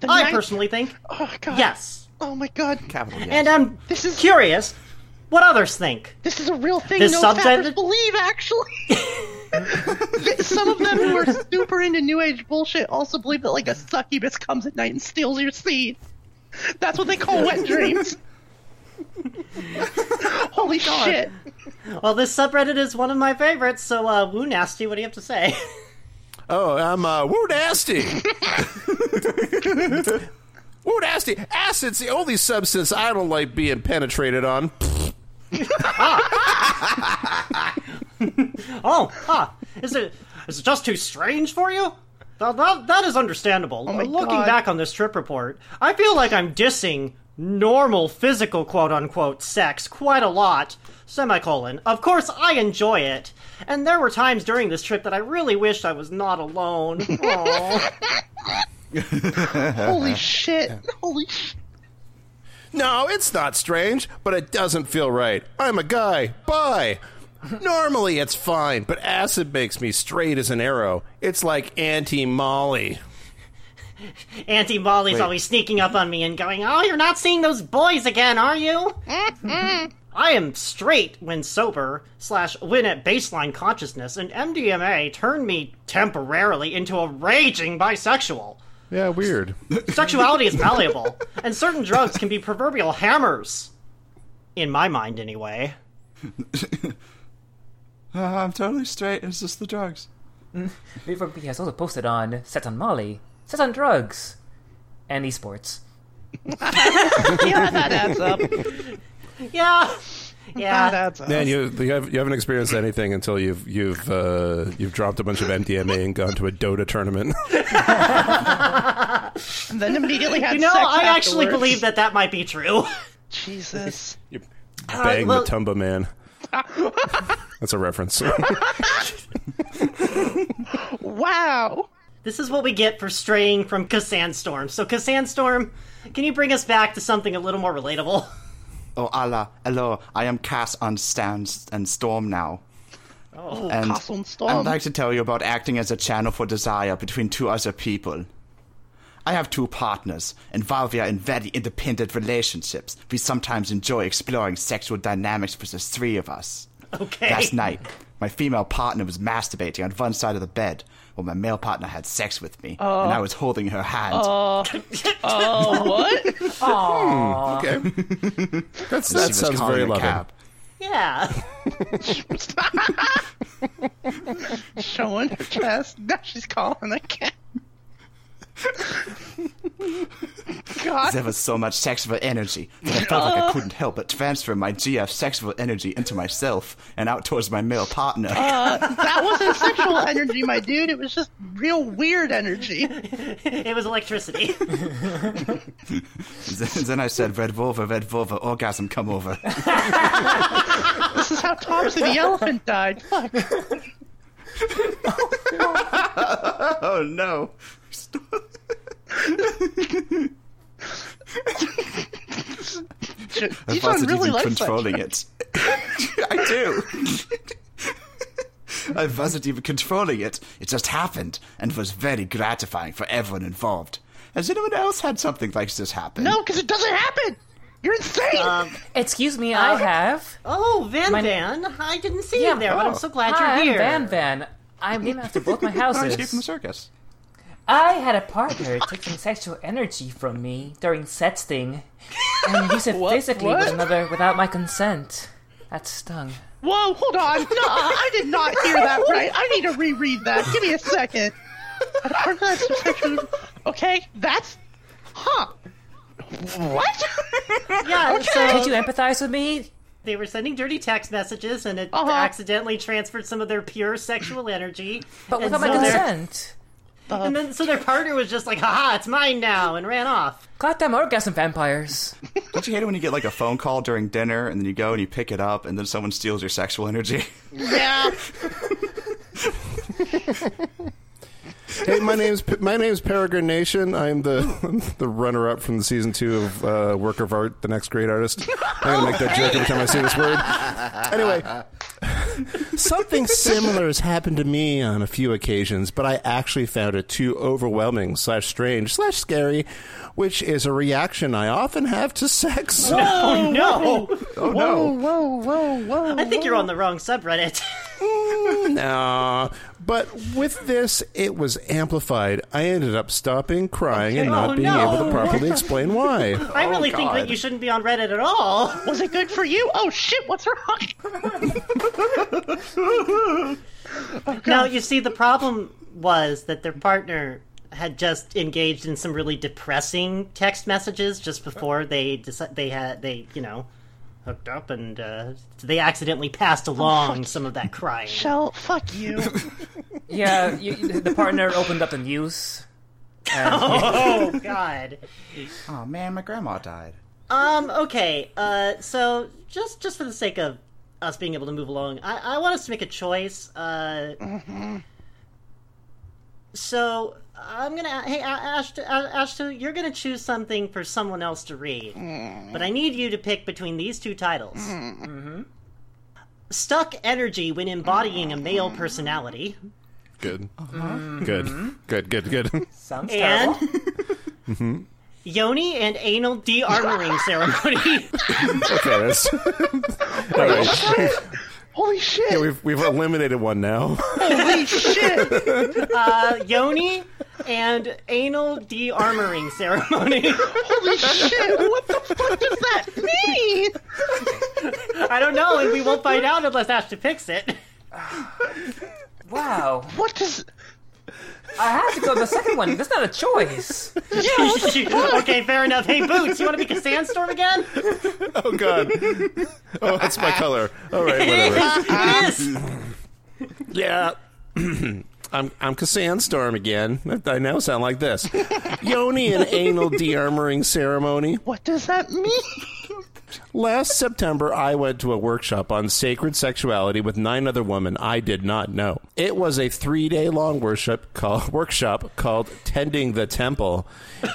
S2: The
S4: I
S2: ninth-
S4: personally think
S2: Oh god.
S4: yes,
S2: Oh my god.
S5: Capital yes.
S4: and I'm
S2: This is-
S4: curious what others think.
S2: This is a real thing
S4: This
S2: no
S4: subset-
S2: fappers believe, actually. Th- Some of them who are super into New Age bullshit also believe that, like, a succubus comes at night and steals your seed. That's what they call wet dreams. Holy shit.
S4: Well, this subreddit is one of my favorites, so uh, woo nasty. What do you have to say?
S1: Oh, I'm uh, woo nasty. woo nasty. Acid's the only substance I don't like being penetrated on.
S4: oh, huh? Is it is it just too strange for you? Th- that- that is understandable.
S2: Oh my
S4: Looking
S2: God.
S4: back on this trip report, I feel like I'm dissing normal physical quote unquote sex quite a lot. Semicolon. Of course, I enjoy it, and there were times during this trip that I really wished I was not alone. Aw.
S2: Holy shit. Holy shit.
S1: No, it's not strange, but it doesn't feel right. I'm a guy. Bye. Normally it's fine, but acid makes me straight as an arrow. It's like anti Molly.
S4: Auntie Molly's always sneaking up on me and going, "Oh, you're not seeing those boys again, are you?"
S2: Mm-hmm.
S4: I am straight when sober slash when at baseline consciousness, and MDMA turned me temporarily into a raging bisexual.
S1: Yeah, weird.
S4: Sexuality is malleable, and certain drugs can be proverbial hammers. In my mind, anyway.
S5: Uh, I'm totally straight. It's just the drugs.
S3: River B has also posted on Set on Molly, Set on Drugs, and Esports.
S2: Yeah, that adds up.
S4: Yeah,
S2: That
S4: yeah.
S2: adds up.
S1: Man, you you, have, you haven't experienced anything until you've you've uh, you've dropped a bunch of MDMA and gone to a Dota tournament.
S2: And then immediately had
S4: You know,
S2: sex
S4: I actually
S2: afterwards.
S4: believe that that might be true.
S2: Jesus.
S1: you bang
S4: well-
S1: the Tumba man. That's a reference.
S2: Wow.
S4: This is what we get for straying from Cassandstorm. So, Cassandstorm, can you bring us back to something a little more relatable?
S5: Oh, Allah, hello. I am Cass on Stands and Storm now.
S2: Oh,
S5: And
S2: Castle and Storm.
S5: I'd like to tell you about acting as a channel for desire between two other people. I have two partners, and while we are in very independent relationships, we sometimes enjoy exploring sexual dynamics with the three of us.
S4: Okay.
S5: Last night, my female partner was masturbating on one side of the bed while my male partner had sex with me, and I was holding her hand.
S2: oh, what?
S1: okay, That's,
S5: She
S1: that
S5: was
S1: sounds
S5: calling
S1: very
S5: a
S1: loving.
S5: cab.
S4: Yeah.
S2: Showing her chest. Now she's calling a cat. God.
S5: There was so much sexual energy that I felt like I couldn't help but transfer my GF sexual energy into myself and out towards my male partner.
S2: uh, That wasn't sexual energy, my dude. It was just real weird energy.
S4: It was electricity.
S5: then I said, Red Rover, Red Rover, orgasm, come over.
S2: This is how Thompson the elephant died. Fuck.
S5: oh no.
S2: J-
S5: Plus,
S2: Dijon
S5: it
S2: really
S5: isn't
S2: likes that.
S5: controlling it. I do. I wasn't even controlling it. It just happened and was very gratifying for everyone involved. Has anyone else had something like this happen?
S2: No, because it doesn't happen. You're insane.
S3: Excuse me, I have.
S4: oh, Van
S3: My- oh.
S4: Van. I didn't see you there, but I'm so glad
S3: Hi,
S4: you're here.
S3: I'm Van Van. I'm named after both my
S5: I escaped from the
S3: houses.
S5: circus.
S3: I had a partner taking sexual energy from me during sexting, And use it
S2: What?
S3: physically
S2: What?
S3: with another without my consent. That stung.
S2: Whoa, hold on. No, I did not hear that right. I need to reread that. Give me a second. Are that sexual- Okay, that's. Huh. What?
S4: Yeah,
S3: Did
S4: so
S3: you empathize with me?
S4: they were sending dirty text messages, and it
S2: Uh-huh.
S4: accidentally transferred some of their pure sexual energy.
S3: But
S4: And
S3: without my
S4: so their-
S3: consent. Uh-huh.
S4: And then, so their partner was just like, haha, it's mine now, and ran off.
S3: Goddamn orgasm vampires.
S5: Don't you hate it when you get like a phone call during dinner and then you go and you pick it up and then someone steals your sexual energy?
S2: yeah.
S1: Hey, my name's my name's Peregrine Nation. I'm the the runner up from season two of uh, Work of Art, the next great artist. I'm gonna make that joke every time I say this word. Anyway, something similar has happened to me on a few occasions, but I actually found it too overwhelming slash strange slash scary, which is a reaction I often have to sex.
S4: Oh no!
S1: Oh no.
S2: Whoa, whoa, whoa.
S4: I think you're on the wrong subreddit.
S1: No, Mm, but with this, it was amplified. I ended up stopping crying and not
S4: Oh,
S1: being
S4: no.
S1: able to properly explain why.
S3: Oh,
S4: I really think that
S5: God.
S4: you shouldn't be on Reddit at all.
S2: Was it good for you? Oh shit, what's wrong?
S4: No, you see, the problem was that their partner had just engaged in some really depressing text messages just before they deci- they had they you know hooked up and uh, they accidentally passed along some of that crying.
S2: Shell, fuck you.
S3: Yeah, you, the partner opened up the news.
S4: Oh God.
S5: oh man, my grandma died.
S4: Um. Okay. Uh. So just just for the sake of us being able to move along, I, I want us to make a choice. Uh. So I'm gonna. Hey, A- Ashton. A- Ashton, you're gonna choose something for someone else to read, but I need you to pick between these two titles. Mm-hmm. Stuck energy when embodying a male personality,
S1: Good. Uh-huh. Good. Good, good, good.
S3: Sounds
S4: and
S3: terrible.
S4: yoni and anal de-armoring ceremony.
S1: Okay, that's. All right.
S2: Holy shit.
S1: We've, we've eliminated one now.
S2: Holy shit.
S4: uh, yoni and anal de-armoring ceremony.
S2: Holy shit. What the fuck does that mean?
S4: I don't know, and we won't find out unless Ashton picks it.
S3: Wow.
S2: What does.
S3: I have to go to the second one. That's not a choice.
S4: okay, fair enough. Hey, Boots, you want to pick a sandstorm again?
S1: Oh, God. Oh, that's my color. All right, whatever.
S4: yes.
S1: Yeah. I'm I'm Cassandstorm again. I I now sound like this. Yoni and anal de-armoring ceremony.
S2: What does that mean?
S1: Last September, I went to a workshop on sacred sexuality with nine other women I did not know. It was a three day long worship call, workshop called Tending the Temple,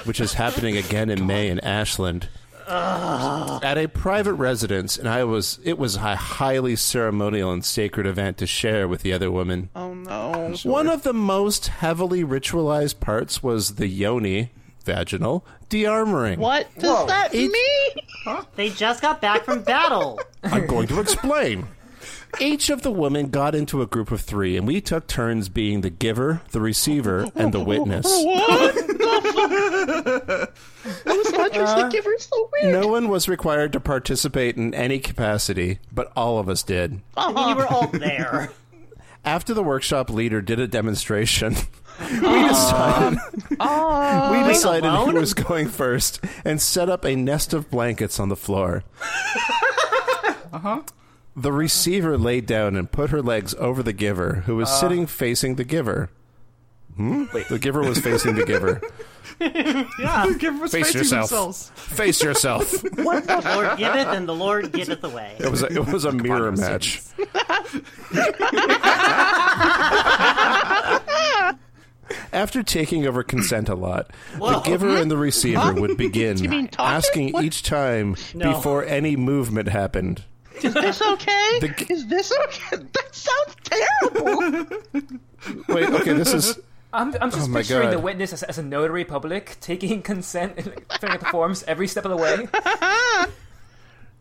S1: which is happening again in May in Ashland. At a private residence, and I was it was a highly ceremonial and sacred event to share with the other women.
S2: Oh no.
S1: One of the most heavily ritualized parts was the yoni, vaginal, dearmoring.
S2: What does that mean?
S4: They just got back from battle.
S1: I'm going to explain. Each of the women got into a group of three, and we took turns being the giver, the receiver, and the witness.
S2: What the fuck? Those hunters that give her so weird.
S1: No one was required to participate in any capacity, but all of us did.
S4: You were all there.
S1: After the workshop leader did a demonstration, we decided, we decided who was going first and set up a nest of blankets on the floor. The receiver laid down and put her legs over the giver, who was sitting facing the giver. Hmm? The giver was facing the giver. Face yourself. Face yourself.
S4: Lord giveth and the Lord giveth away.
S1: It was a, it was a mirror match. After taking over consent a lot, the giver and the receiver would begin
S2: mean talking?
S1: asking
S2: What?
S1: each time
S4: No.
S1: before any movement happened.
S2: Is this okay?
S1: The-
S2: Is this okay? That sounds terrible.
S1: Wait, okay, this is
S3: I'm, I'm just
S1: my
S3: picturing the
S1: God.
S3: witness as, as a notary public taking consent and filling out the forms every step of the way.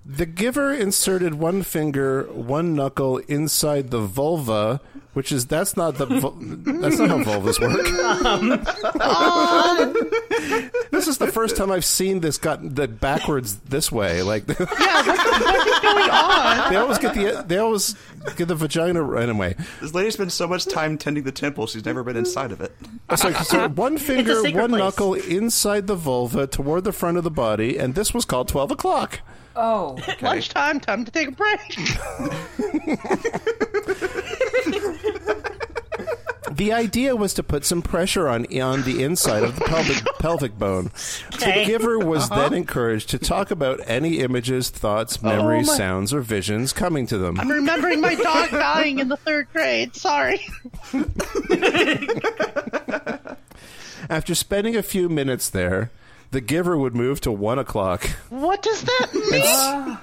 S1: The giver inserted one finger, one knuckle inside the vulva, which is that's not the vul- that's not how vulvas work. this is the first time I've seen this got the backwards this way. Like they always get the they always get the vagina right away.
S5: This lady spends so much time tending the temple, she's never been inside of it.
S1: It's like so one finger,
S4: secret
S1: one
S4: place.
S1: knuckle inside the vulva toward the front of the body, and this was called twelve o'clock.
S3: Oh,
S2: Lunchtime, time to take a break.
S1: The idea was to put some pressure on on the inside of the pelvic, pelvic bone. So the
S4: Okay.
S1: giver was then encouraged to talk about any images, thoughts, memories, sounds, or visions coming to them.
S2: I'm remembering my dog dying in the third grade. Sorry.
S1: After spending a few minutes there, the giver would move to one o'clock.
S2: What does that mean?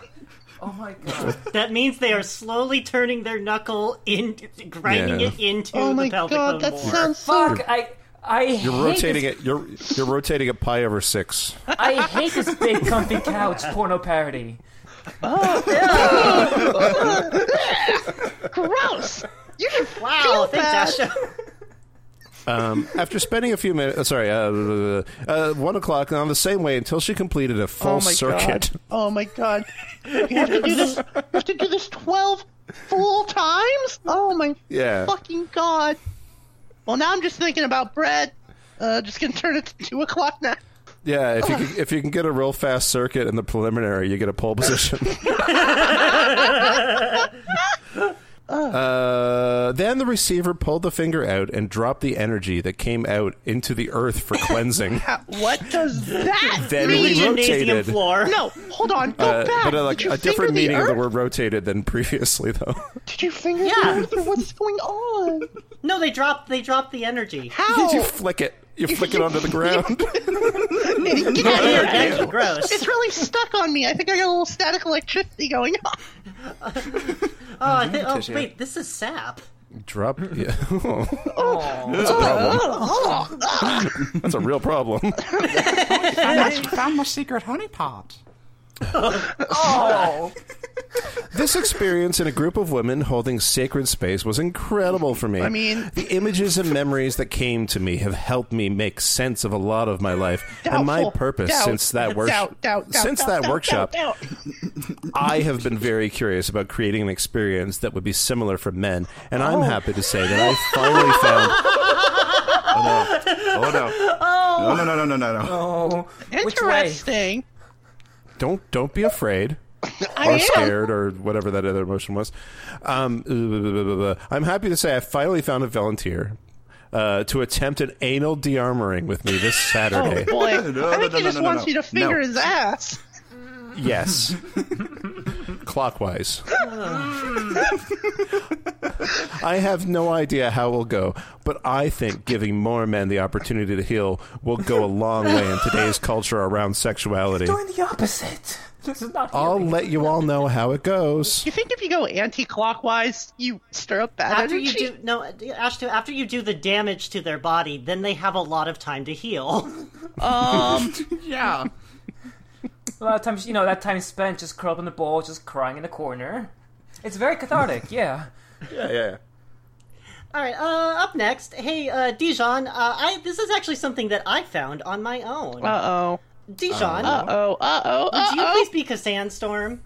S3: oh my god.
S4: That means they are slowly turning their knuckle in, grinding
S1: Yeah.
S4: it into
S2: Oh my
S4: the pelvic
S2: god,
S4: bone
S2: that
S4: more.
S2: sounds so.
S3: Fuck, I. I
S1: You're
S3: hate
S1: rotating
S3: this,
S1: it. You're you're rotating it pi over six.
S3: I hate this big comfy couch porno parody.
S2: Gross. You should
S4: Wow,
S2: feel bad.
S4: thanks, Asha.
S1: Um, after spending a few minutes, uh, sorry, uh, uh, one o'clock on the same way until she completed a full
S2: Oh my
S1: circuit.
S2: Oh my god. You have to do this. You have to do this twelve full times. Oh my
S1: Yeah.
S2: fucking god. Well, now I'm just thinking about bread. Uh, just gonna turn it to two o'clock now.
S1: Yeah,
S2: Oh.
S1: if you can, if you can get a real fast circuit in the preliminary, you get a pole position. uh, then the receiver pulled the finger out and dropped the energy that came out into the earth for cleansing. Uh,
S2: Ha- What does that
S1: Then
S2: mean?
S1: we
S4: Gymnasium
S1: rotated.
S4: floor.
S2: No, hold on. Go
S1: Uh,
S2: back.
S1: but uh, like
S2: Did you
S1: a different
S2: finger the
S1: meaning of the
S2: earth?
S1: word "rotated" than previously, though.
S2: Did you finger
S4: Yeah.
S2: the earth? Or What's going on?
S4: No, they dropped. They dropped the energy.
S2: How?
S1: you flick it. You flick it onto the ground.
S2: Get out of here.
S4: That's gross.
S2: It's really stuck on me. I think I got a little static electricity going on.
S4: Oh, I think, oh
S5: Tissue.
S4: wait, this is sap.
S1: Drop. Yeah.
S2: Oh,
S5: That's a problem.
S1: That's a real problem.
S6: You found my secret honeypot.
S1: This experience in a group of women holding sacred space was incredible for me. I
S2: mean-
S1: the images and memories that came to me have helped me make sense of a lot of my life and my
S2: Doubtful.
S1: purpose
S2: Doubt.
S1: since that workshop.
S2: Doubt, doubt, doubt,
S1: Since
S2: doubt,
S1: that
S2: doubt,
S1: workshop,
S2: doubt, doubt.
S1: I have been very curious about creating an experience that would be similar for men, and
S2: Oh.
S1: I'm happy to say that I finally found.
S5: Oh no! No no no no no no! no.
S3: Oh, which way?
S2: Interesting.
S1: Don't don't be afraid.
S2: I
S1: or
S2: am.
S1: scared or whatever that other emotion was. Um, I'm happy to say I finally found a volunteer uh, to attempt an anal dearmoring with me this Saturday.
S2: Boy,
S5: No,
S2: I think
S5: no,
S2: he
S5: no,
S2: just
S5: no, no,
S2: wants
S5: no.
S2: you to finger
S5: No.
S2: his ass.
S1: Yes. Clockwise. I have no idea how it will go, but I think giving more men the opportunity to heal will go a long way in today's culture around sexuality.
S3: Doing the opposite. This is not.
S1: I'll
S3: healing.
S1: let you all know how it goes.
S2: You think if you go anti-clockwise, you stir up bad
S4: After you
S2: energy?
S4: do no, Ashto, after you do the damage to their body, then they have a lot of time to heal.
S6: Yeah.
S3: A lot of times, you know, that time spent just curled up in the ball, just crying in the corner. It's very cathartic, yeah.
S1: Yeah, yeah.
S4: All right, uh, up next, hey uh, Dijon, uh, I this is actually something that I found on my own.
S2: Uh-oh.
S4: Dijon,
S2: Uh-oh. Uh-oh.
S4: would you
S2: uh, Uh-oh.
S4: please be Cassandstorm?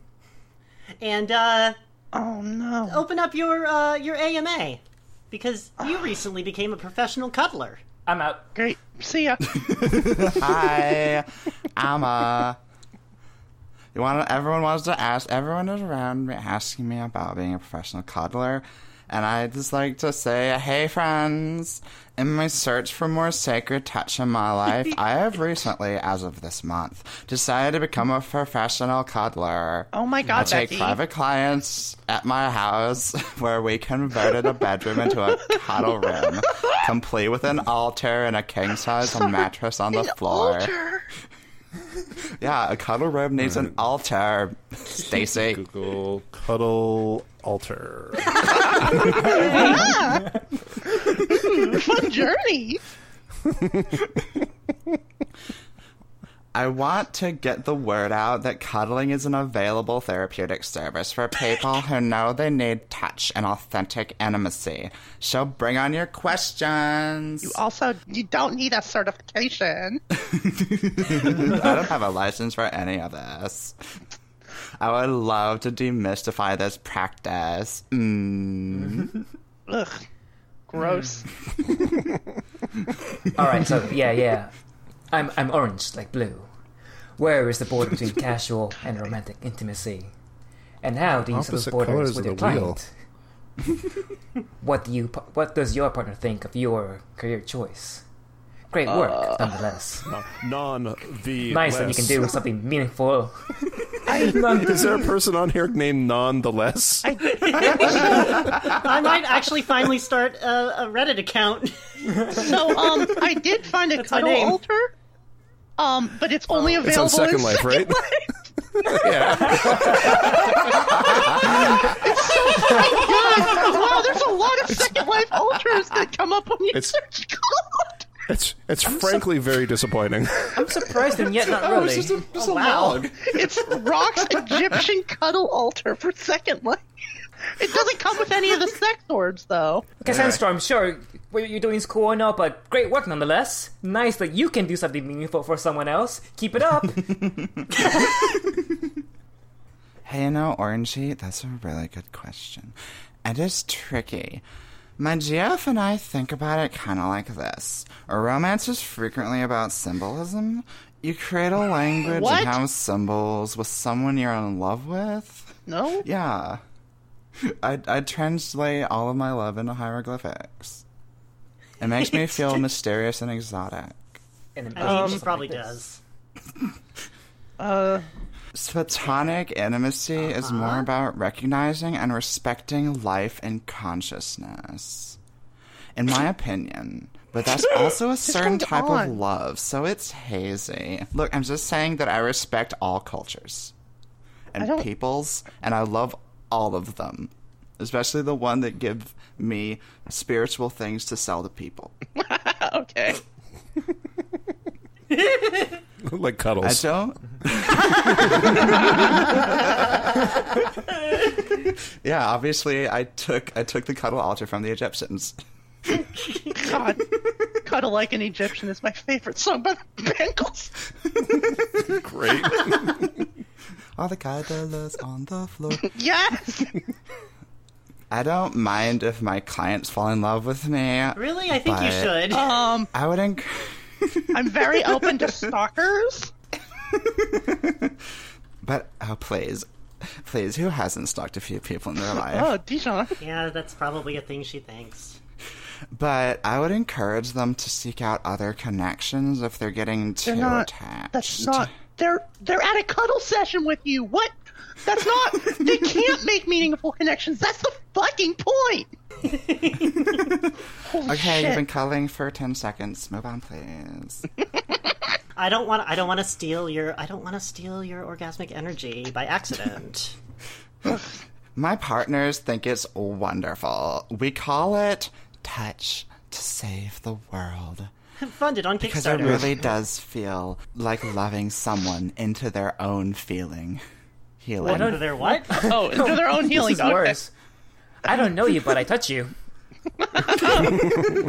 S4: And uh,
S2: Oh, no.
S4: open up your uh, your AMA because you recently became a professional cuddler.
S3: I'm out.
S2: Great. See ya.
S6: Hi.
S5: I'm a. You want everyone wants to ask. Everyone is around me asking me about being a professional cuddler, and I just like to say, hey friends. In my search for more sacred touch in my life, I have recently, as of this month, decided to become a professional cuddler.
S2: Oh, my God,
S5: I take
S2: Becky.
S5: private clients at my house where we converted a bedroom into a cuddle room, complete with an altar and a king size mattress on the floor.
S2: Alter.
S5: Yeah, a cuddle room needs an altar, Stacy.
S1: Google cuddle altar.
S2: Fun journey.
S5: I want to get the word out that cuddling is an available therapeutic service for people who know they need touch and authentic intimacy. So bring on your questions.
S2: You also you don't need a certification.
S5: I don't have a license for any of this. I would love to demystify this practice. Mm.
S2: Ugh, gross.
S3: All right, so yeah, yeah. I'm I'm orange like blue. Where is the border between casual and romantic intimacy? And how do you set those
S1: Opposite
S3: borders
S1: colours
S3: with your
S1: of the wheel.
S3: client? what do you what does your partner think of your career choice? Great work, nonetheless.
S1: Non the.
S3: Nice when you can
S1: less.
S3: do something meaningful.
S1: Is there a person on here named Non the Less?
S4: I might actually finally start a, a Reddit account.
S2: So um, I did find a
S4: Hmm. my
S2: cuddle
S4: name.
S2: altar. Um, but it's only
S1: It's
S2: available
S1: on Second
S2: in
S1: Life, right? yeah.
S2: God, wow, there's a lot of Second Life altars that come up on your
S1: It's-
S2: search code.
S1: It's it's frankly very disappointing.
S3: I'm surprised and yet not really.
S5: Just a log.
S2: It's Rock's Egyptian cuddle altar for Second Life. It doesn't come with any of the sex orbs, though.
S3: Cassandra, I'm sure what you're doing is cool and all, but great work nonetheless. Nice that you can do something meaningful for someone else. Keep it up.
S5: Hey, you know, Orangey, that's a really good question. It is tricky. My GF and I think about it kind of like this romance is frequently about symbolism. You create a language
S2: What?
S5: and have symbols with someone you're in love with.
S2: No?
S5: Yeah. I, I translate all of my love into hieroglyphics. It makes me feel mysterious and exotic.
S3: And then
S4: I mean, she probably does.
S2: Uh,
S5: Platonic intimacy
S2: Uh-huh.
S5: is more about recognizing and respecting life and consciousness, in my opinion. But that's also a
S2: hold
S5: certain type of
S2: on.
S5: love, so it's hazy. Look, I'm just saying that I respect all cultures and
S2: don't-
S5: peoples, and I love all of them, especially the one that give me spiritual things to sell to people.
S2: Okay.
S1: like
S5: I
S1: cuddles.
S5: don't. yeah, obviously, I took I took the cuddle altar from the Egyptians.
S2: God. Cuddle Like an Egyptian is my favorite song by the Bengals.
S1: Great.
S5: All the cuddlers on the floor.
S2: Yes!
S5: I don't mind if my clients fall in love with me.
S4: Really? I think you
S5: But-
S4: should.
S2: Um,
S5: I would. Enc-
S2: I'm very open to stalkers.
S5: but oh, please, please, who hasn't stalked a few people in their life?
S2: Oh, Dijon.
S4: yeah, that's probably a thing she thinks.
S5: But I would encourage them to seek out other connections if they're getting too
S2: They're not.
S5: attached.
S2: That's not. They're they're at a cuddle session with you. What? That's not. they can't make meaningful connections. That's the fucking point. Holy
S5: Okay,
S2: shit.
S5: you've been cuddling for ten seconds. Move on, please.
S4: I don't want. I don't want to steal your. I don't want to steal your orgasmic energy by accident.
S5: My partners think it's wonderful. We call it touch to save the world.
S4: Funded on
S5: Because it
S4: Kickstarter.
S5: really does feel like loving someone into their own feeling. Healing.
S4: Under their what?
S2: oh, into their own healing.
S3: This is
S2: Okay.
S3: worse. I don't know you, but I touch you.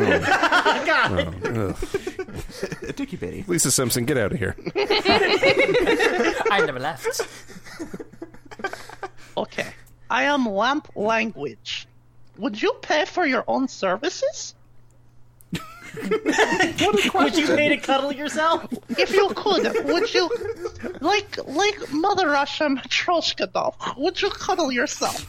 S4: God.
S1: Ugh.
S5: Dicky bitty.
S1: Lisa Simpson, get out of here.
S3: I never left.
S2: Okay. I am lamp language. Would you pay for your own services?
S4: Would you pay to cuddle yourself?
S2: If you could, would you, like like Mother Russia Matryoshka doll, would you cuddle yourself?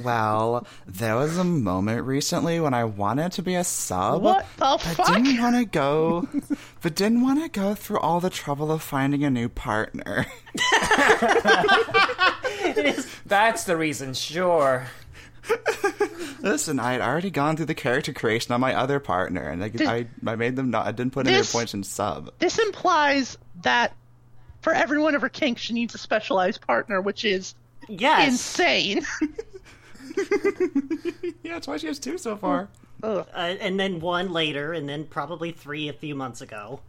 S5: Well, there was a moment recently when I wanted to be a sub.
S2: What the
S5: but
S2: fuck?
S5: didn't want to go, but didn't want to go through all the trouble of finding a new partner.
S3: That's the reason, sure.
S5: Listen, I had already gone through the character creation on my other partner, and I, I, I made them not. I didn't put any
S2: This-
S5: points in sub.
S2: This implies that for every one of her kinks, she needs a specialized partner, which is
S4: Yes.
S2: insane.
S5: Yeah, that's why she has two so far.
S4: uh, and then one later, and then probably three a few months ago.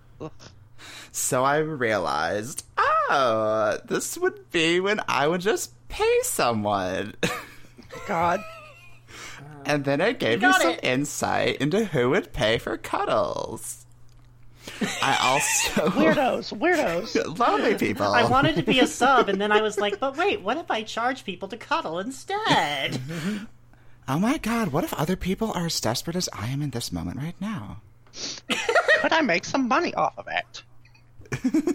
S5: So I realized, oh, this would be when I would just pay someone.
S2: God.
S5: and then it gave me
S4: Got
S5: some
S4: it.
S5: insight into who would pay for cuddles. I also
S2: Weirdos, weirdos.
S5: lonely people.
S4: I wanted to be a sub, and then I was like, but wait, what if I charge people to cuddle instead?
S5: oh my god, what if other people are as desperate as I am in this moment right now?
S2: Could I make some money off of it?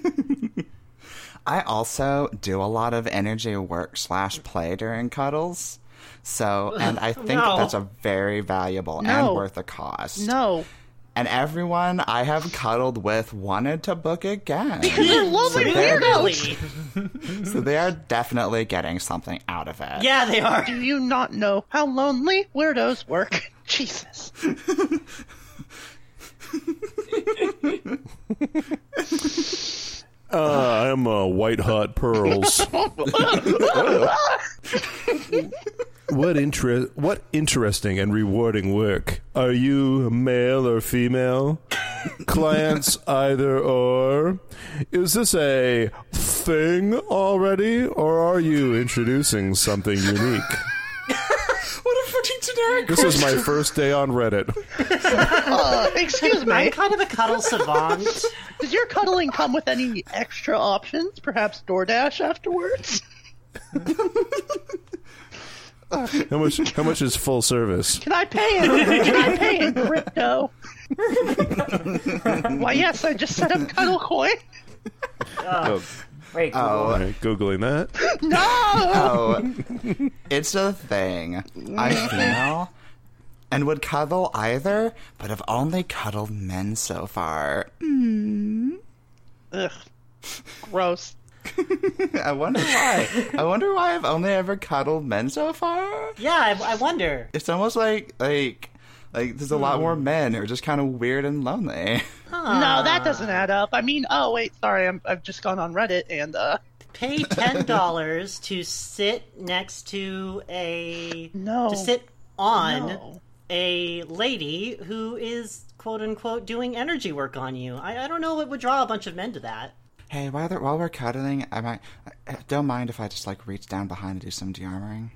S5: I also do a lot of energy work slash play during cuddles. So, and I think
S4: No.
S5: that's a very valuable
S2: No.
S5: and worth a cost.
S2: No.
S5: And everyone I have cuddled with wanted to book again.
S2: They're lovely
S5: they're-
S2: weirdos.
S4: Really?
S5: so they are definitely getting something out of it.
S4: Yeah, they are.
S2: Do you not know how lonely weirdos work? Jesus.
S1: Uh, I'm uh, white hot pearls.
S2: Uh,
S1: what interest? What interesting and rewarding work? Are you male or female? Clients either or? Is this a thing already, or are you introducing something unique?
S5: What a fucking generic.
S1: This is my first day on Reddit.
S2: Uh, excuse me.
S4: I'm kind of a cuddle savant.
S2: Does your cuddling come with any extra options? Perhaps DoorDash afterwards?
S1: How much? How much is full service?
S2: Can I pay it? Can I pay in crypto? Why, yes, I just set up cuddle coin.
S1: Oh,
S3: Wait, Google.
S1: all right, googling that.
S2: No!
S5: Oh, it's a thing. I'm female and would cuddle either, but have only cuddled men so far.
S2: Ugh. Gross.
S5: I wonder why. I wonder why I've only ever cuddled men so far.
S4: Yeah, I, I wonder.
S5: It's almost like like like there's a lot more men who are just kind of weird and lonely.
S2: No, that doesn't add up. I mean, oh wait, sorry, I'm, I've just gone on Reddit and uh,
S4: Pay ten dollars to sit next to a
S2: No.
S4: to sit on
S2: Oh. No.
S4: a lady who is quote unquote doing energy work on you. I, I don't know what would draw a bunch of men to that.
S5: Hey, while they're, while we're cuddling, I might I, I don't mind if I just like reach down behind and do some de-armoring.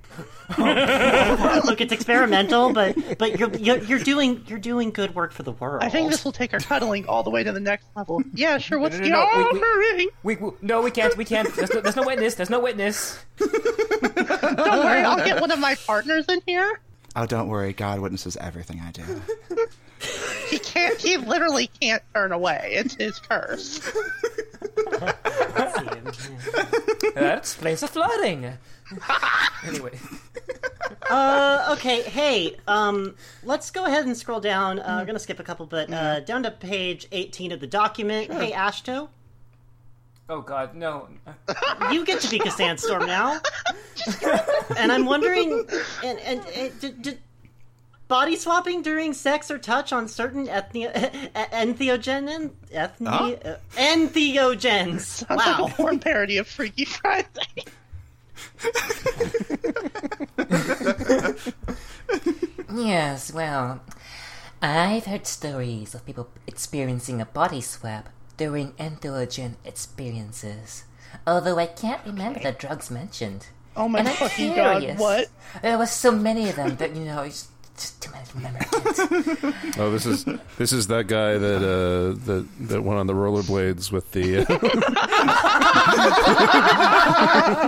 S4: Look, it's experimental, but but you're, you're you're doing you're doing good work for the world.
S2: I think this will take our cuddling all the way to the next level. Yeah, sure. What's
S3: No,
S2: the
S3: no, no, we- we-
S2: armoring?
S3: We, we, no, we can't. We can't. There's no, there's no witness. There's no witness.
S2: Don't worry, I'll get one of my partners in here.
S5: Oh, don't worry, God witnesses everything I do.
S2: He can't. He literally can't turn away. It's his curse.
S3: That explains the flooding. anyway,
S4: Uh, okay, hey, um, let's go ahead and scroll down. Uh, we're gonna skip a couple, but uh, down to page eighteen of the document. Hey, Ashto,
S3: oh god, no.
S4: you get to be a sandstorm now, and I'm wondering, and and, and d- d- body swapping during sex or touch on certain ethno entheogen ethne uh, entheogens.
S2: Sounds like
S4: Wow.
S2: a porn parody of Freaky Friday.
S7: Yes, well, I've heard stories of people experiencing a body swap during entheogen experiences, although I can't remember the drugs mentioned.
S2: Oh my
S7: and I'm
S2: fucking
S7: curious.
S2: god! What?
S7: There was so many of them that you know, it's just too many to remember.
S1: Oh, this is this is that guy that uh, that that went on the rollerblades with the.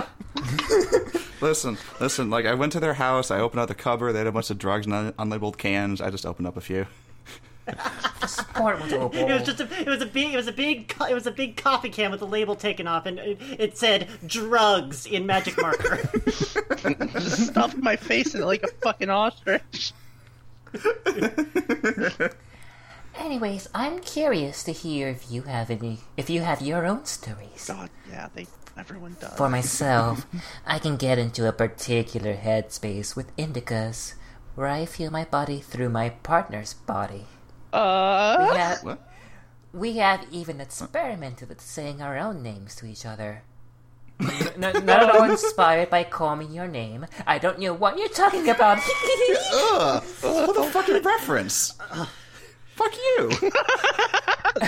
S1: uh,
S5: Listen, listen. Like I went to their house, I opened up the cupboard. They had a bunch of drugs and un- unlabeled cans. I just opened up a few.
S3: Part went to a
S4: It was
S3: bowl.
S4: just a, it was a big, it was a big, co- it was a big coffee can with the label taken off, and it, it said "drugs" in magic marker.
S2: Stuffed my face in it like a fucking ostrich.
S7: Anyways, I'm curious to hear if you have any, if you have your own stories.
S2: God, yeah, they. Everyone does.
S7: For myself, I can get into a particular headspace with indicas, where I feel my body through my partner's body.
S2: Uh,
S7: We have,
S5: What?
S7: we have even experimented with saying our own names to each other.
S3: No, no,
S7: Not
S3: no,
S7: at all inspired by Call Me Your Name. I don't know what you're talking about.
S5: What the fucking reference? Fuck you.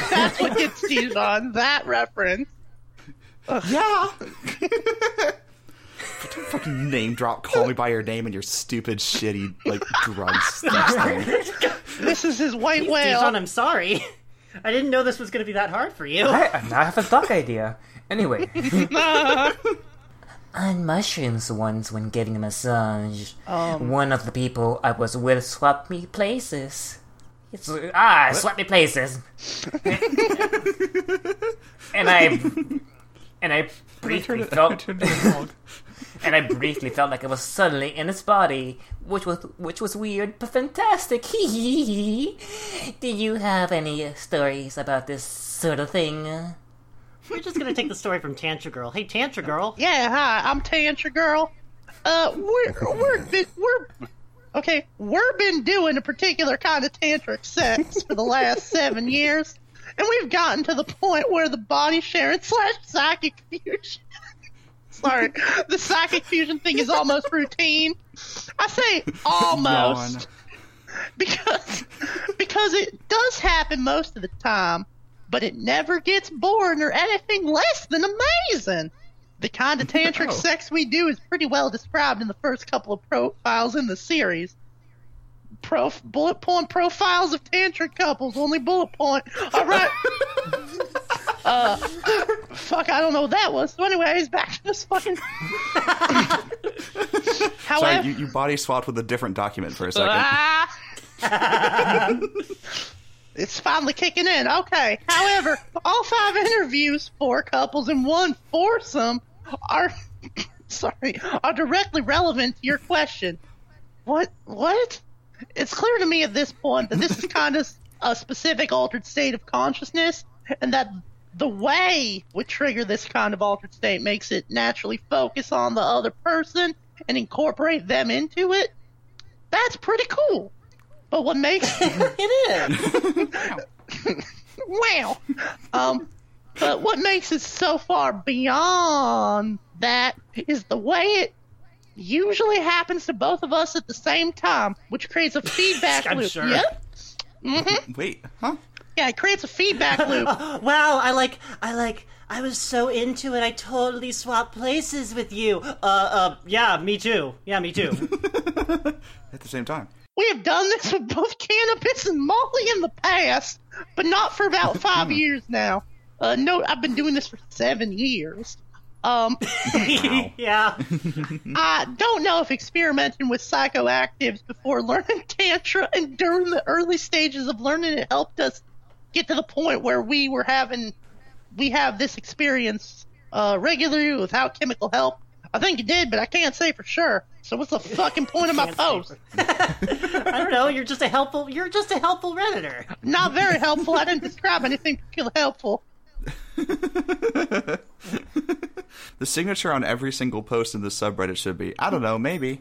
S2: That's what gets cheated on. That reference.
S5: yeah. Don't fucking name drop. Call me by your name and your stupid, shitty, like drug stuff. thing.
S2: This is his white
S4: Dijon,
S2: whale.
S4: I'm sorry. I didn't know this was going to be that hard for you.
S3: I, I have a duck idea. Anyway,
S7: On mushrooms once when giving a massage, one of the people I was with swapped me places. It's, ah, swapped me places. and I and I briefly felt and I briefly felt like I was suddenly in his body, which was which was weird but fantastic. Hee hee hee. Do you have any uh, stories about this sort of thing?
S4: We're just going to take the story from Tantra Girl. Hey, Tantra Girl.
S2: Yeah, hi. I'm Tantra Girl. Uh, we're we're been, we're okay. We've been doing a particular kind of tantric sex for the last seven years, and we've gotten to the point where the body sharing slash psychic fusion. Sorry, the psychic fusion thing is almost routine. I say almost.
S5: Yawn.
S2: because because it does happen most of the time, but it never gets boring or anything less than amazing. The kind of tantric sex we do is pretty well described in the first couple of profiles in the series. Prof, bullet point profiles of tantric couples, only bullet point. All right. uh, fuck, I don't know what that was. So, anyways, back to this fucking.
S5: Sorry,
S2: However,
S5: you, you body swapped with a different document for a second.
S2: Ah! it's finally kicking in. Okay. However, all five interviews, four couples and one foursome, are sorry, are directly relevant to your question. What? What? It's clear to me at this point that this is kind of a specific altered state of consciousness, and that the way would trigger this kind of altered state makes it naturally focus on the other person and incorporate them into it. That's pretty cool. But what makes
S4: It is.
S2: wow, um, but what makes it so far beyond that is the way it usually happens to both of us at the same time, which creates a feedback
S4: I'm
S2: loop.
S4: sure.
S2: Yep.
S5: Wait, huh?
S2: Yeah, it creates a feedback loop.
S4: Wow, I like, I like, I was so into it, I totally swapped places with you. Uh, uh, yeah, me too. Yeah, me too.
S5: At the same time.
S2: We have done this with both cannabis and Molly in the past, but not for about five years now. Uh, no, I've been doing this for seven years. Um,
S4: yeah.
S2: I don't know if experimenting with psychoactives before learning Tantra and during the early stages of learning it helped us get to the point where we were having, we have this experience uh, regularly without chemical help. I think it did, but I can't say for sure. So what's the fucking point of my post?
S4: I don't know. You're just a helpful. You're just a helpful redditor.
S2: Not very helpful. I didn't describe anything particularly helpful.
S5: The signature on every single post in the subreddit should be, I don't know, maybe.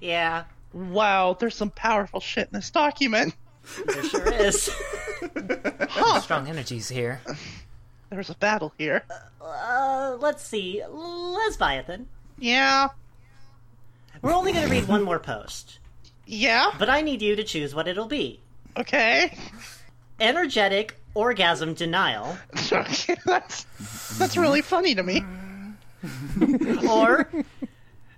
S4: Yeah,
S2: Wow, there's some powerful shit in this document.
S4: there sure is.
S3: strong energies here.
S2: There's a battle here.
S4: Uh, let's see, Lesbiathan.
S2: Yeah.
S4: We're only going to read one more post,
S2: Yeah.
S4: but I need you to choose what it'll be:
S2: Okay.
S4: energetic orgasm denial
S2: Okay, that's that's really funny to me.
S4: or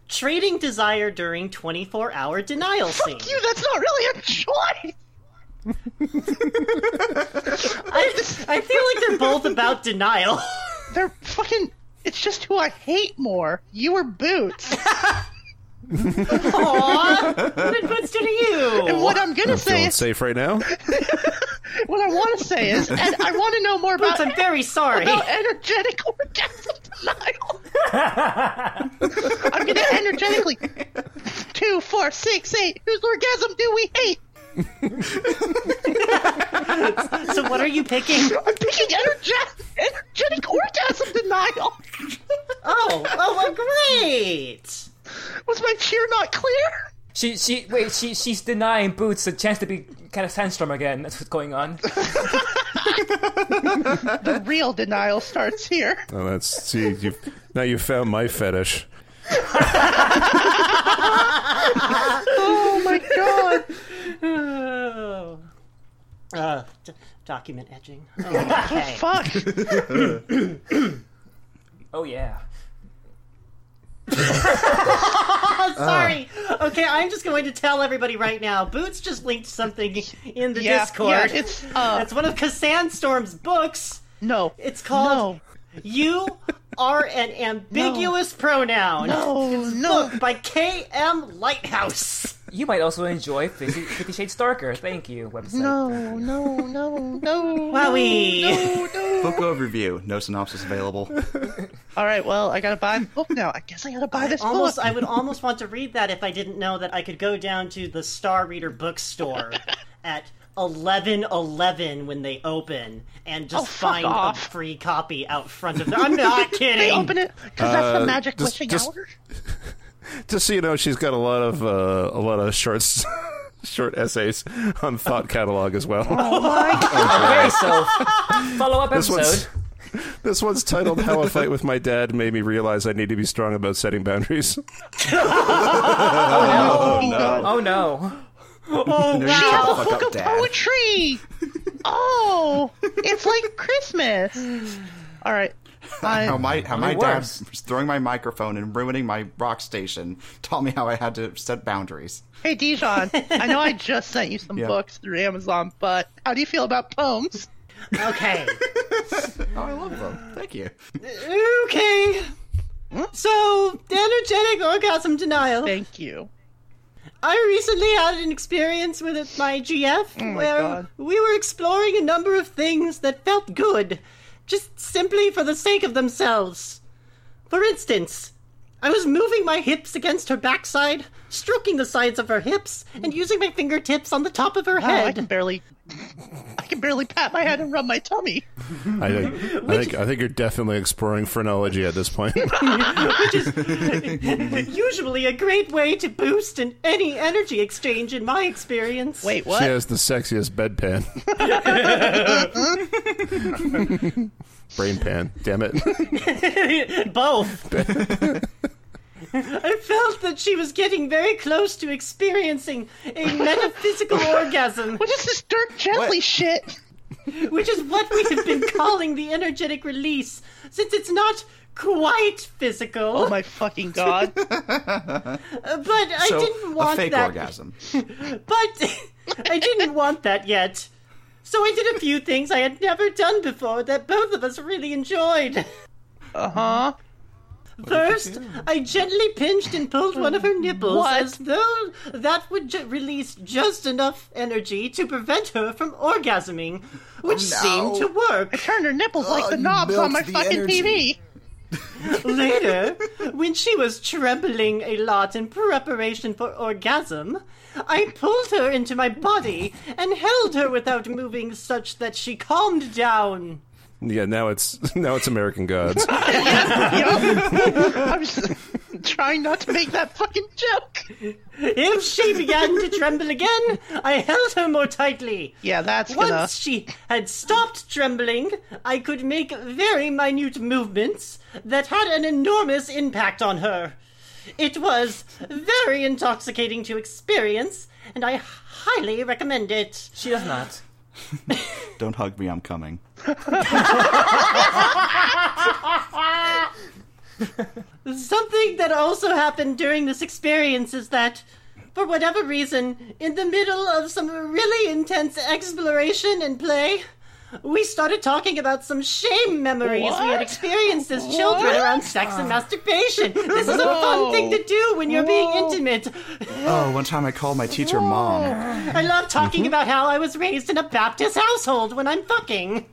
S4: trading desire during 24-hour denial scene.
S2: You, that's not really a choice.
S4: I, I feel like they're both about denial.
S2: They're fucking. It's just who I hate more. You or Boots.
S4: Aww, what advice do you?
S2: What I'm gonna say
S1: Feeling
S2: is
S1: safe right now?
S2: what I want to say is, and I want to know more about
S4: Boots, I'm very sorry.
S2: about energetic orgasm denial. I'm gonna energetically two, four, six, eight. Whose orgasm do we hate?
S4: So what are you picking?
S2: I'm picking energetic energetic orgasm denial.
S4: Oh, oh, well, great.
S2: Was my cheer not clear?
S3: She she wait she she's denying Boots a chance to be kind of sandstorm again. That's what's going on.
S2: The real denial starts here.
S1: Oh, that's see you. Now you found my fetish.
S2: Oh my god.
S4: Oh. Uh, document edging.
S2: Fuck.
S3: Oh yeah.
S4: Oh, Sorry. Okay, I'm just going to tell everybody right now. Boots just linked something in the
S2: Yeah,
S4: Discord.
S2: yeah, it's, uh,
S4: That's one of Cassandstorm's books.
S2: No.
S4: It's called You Are an Ambiguous Pronoun.
S2: No. No. No.
S4: Book by K.M. Lighthouse.
S3: You might also enjoy Fifty, Fifty Shades Darker. Thank you, website.
S2: No. No. No. No.
S4: Wowie.
S2: No. No.
S5: Book overview. No synopsis available.
S2: All right. Well, I gotta buy the book now. I guess I gotta buy this
S4: Almost,
S2: book.
S4: I would almost want to read that if I didn't know that I could go down to the Star Reader bookstore at eleven eleven when they open and just
S2: Oh, fuck
S4: find
S2: off.
S4: a free copy out front of them. I'm not kidding.
S2: They open it because that's
S1: Uh,
S2: the magic
S1: just-
S2: witching
S1: just-
S2: hour.
S1: Just so you know, she's got a lot of uh, a lot of shorts, short essays on thought catalog as well.
S3: Okay, so follow up
S1: this one's
S3: episode.
S1: this one's titled "How a Fight with My Dad Made Me Realize I Need to Be Strong About Setting Boundaries."
S3: Oh no.
S5: No, you
S2: She
S5: shut
S2: has
S5: the
S2: a
S5: fuck
S2: book
S5: up,
S2: of
S5: Dad.
S2: poetry. oh, it's like Christmas. All right.
S5: How
S2: I,
S5: my how my
S3: Only
S5: dad
S3: worse.
S5: throwing my microphone and ruining my rock station taught me how I had to set boundaries.
S2: hey, Dijon, I know I just sent you some
S5: Yeah.
S2: books through Amazon, but how do you feel about poems?
S4: Okay.
S5: Oh, I love them. Thank you.
S4: okay.
S2: Hmm?
S4: So, energetic orgasm denial.
S2: Thank you.
S4: I recently had an experience with my GF where
S2: Oh God.
S4: we were exploring a number of things that felt good, just simply for the sake of themselves. For instance, I was moving my hips against her backside, stroking the sides of her hips, and using my fingertips on the top of her
S2: Oh, I
S4: head.
S2: can barely, I can barely pat my head and rub my tummy.
S1: I think I think I think you're definitely exploring phrenology at this point.
S4: Usually a great way to boost an, any energy exchange, in my experience.
S2: Wait,
S1: she
S2: what?
S1: has the sexiest bedpan, brain pan. Damn it!
S4: Both. I felt that she was getting very close to experiencing a metaphysical orgasm,
S2: What is this Dirk Gently
S5: What?
S2: shit?
S4: which is what we have been calling the energetic release, since it's not quite physical.
S2: Oh my fucking god!
S4: but I
S5: Oh, so
S4: didn't want
S5: a fake
S4: that.
S5: orgasm.
S4: But I didn't want that yet. So I did a few things I had never done before that both of us really enjoyed.
S2: Uh huh.
S4: First, I gently pinched and pulled one of her nipples
S2: What?
S4: as though that would ju- release just enough energy to prevent her from orgasming, which
S5: Oh, no.
S4: seemed to work.
S2: Turn her nipples like the
S5: Oh, you
S2: knobs on
S5: milked
S2: my
S5: the
S2: fucking
S5: energy.
S2: TV.
S4: Later, when she was trembling a lot in preparation for orgasm, I pulled her into my body and held her without moving such that she calmed down.
S1: Yeah, now it's now it's American Gods.
S2: Yup. I'm just trying not to make that fucking joke.
S4: If she began to tremble again, I held her more tightly.
S2: Yeah, that's gonna.
S4: Once she had stopped trembling, I could make very minute movements that had an enormous impact on her. It was very intoxicating to experience, and I highly recommend it.
S3: She does not.
S5: Don't hug me. I'm coming.
S4: Something that also happened during this experience is that, for whatever reason, in the middle of some really intense exploration and play, we started talking about some shame memories we had
S2: What?
S4: experienced as children around sex and masturbation. This is a fun thing to do when you're being intimate.
S5: Oh, one time I called my teacher mom.
S4: I love talking about how I was raised in a Baptist household when I'm fucking.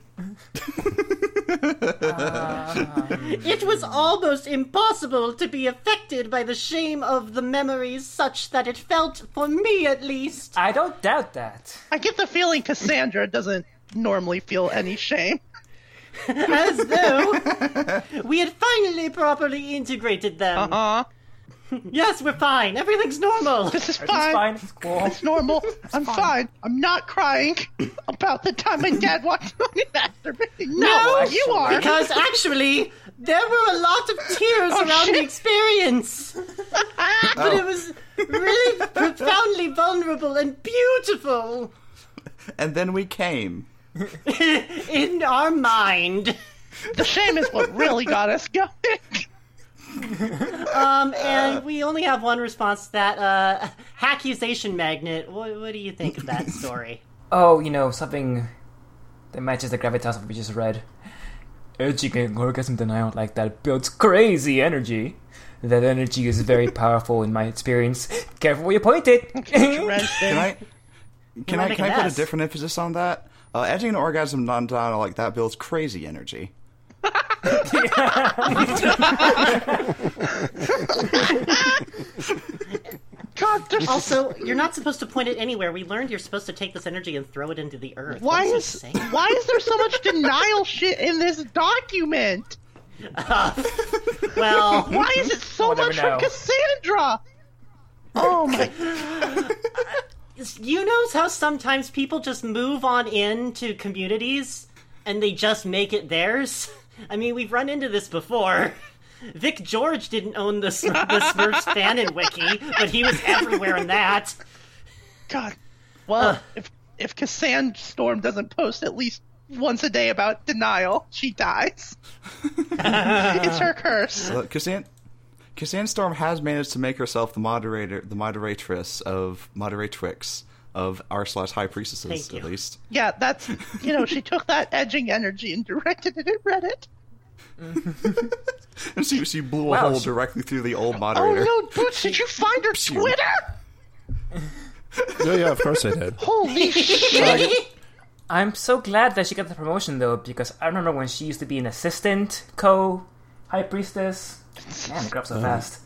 S4: it was almost impossible to be affected by the shame of the memories, such that it felt, for me at least,
S3: I don't doubt that.
S2: I get the feeling Cassandra doesn't normally feel any shame.
S4: as though we had finally properly integrated them.
S2: Uh,
S4: Yes, we're fine. Everything's normal.
S2: this is
S3: It's
S2: fine.
S3: fine. It's cool.
S2: It's normal. I'm fine. I'm not crying about the time my dad walked on and masturbating. No,
S4: No,
S2: you are.
S4: Because actually, there were a lot of tears around the
S2: shit.
S4: experience.
S2: Ah!
S4: but it was really profoundly vulnerable and beautiful.
S5: And then we came.
S4: in our mind.
S2: The shame is what really got us going.
S4: Um, and we only have one response to that uh, accusation magnet. What, what do you think of that story?
S3: Oh, you know, something that matches the gravitas of we just read. Urging orgasm denial like that builds crazy energy. That energy is very powerful in my experience. Careful where you point it!
S5: Can I can
S4: might
S5: I
S4: make
S5: can
S4: a
S5: I put a
S4: mess.
S5: different emphasis on that? Uh, edging an orgasm non dial like that builds crazy energy.
S2: God, there's
S4: Also, you're not supposed to point it anywhere. We learned you're supposed to take this energy and throw it into the earth.
S2: why
S4: What
S2: is
S4: does it say?
S2: why is there so much denial shit in this document?
S4: Well,
S2: Why is it so
S3: Mm-hmm. We'll never
S2: much from
S3: know.
S2: Cassandra? Oh my!
S4: you knows how sometimes people just move on into communities and they just make it theirs. I mean, we've run into this before. Vic George didn't own the, Smur- the Smurfs fanon wiki, but he was everywhere in that.
S2: God. Well, if if Cassandra Storm doesn't post at least once a day about denial, she dies. it's her curse.
S5: Look, Cassan- Cassan Storm has managed to make herself the moderator, the moderatress of moderatrix of r slash high priestesses,
S4: Thank
S5: at
S4: you.
S5: least.
S2: Yeah, that's you know she took that edging energy and directed it at Reddit.
S5: And she, she blew a
S3: Wow,
S5: hole
S3: she-
S5: directly through the old
S2: Oh
S5: moderator.
S2: no, Boots! Did you find her Twitter?
S1: Yeah, yeah, of course I did.
S2: Holy shit!
S3: I'm so glad that she got the promotion though, because I remember when she used to be an assistant co high priestess. Man, it grew up so fast.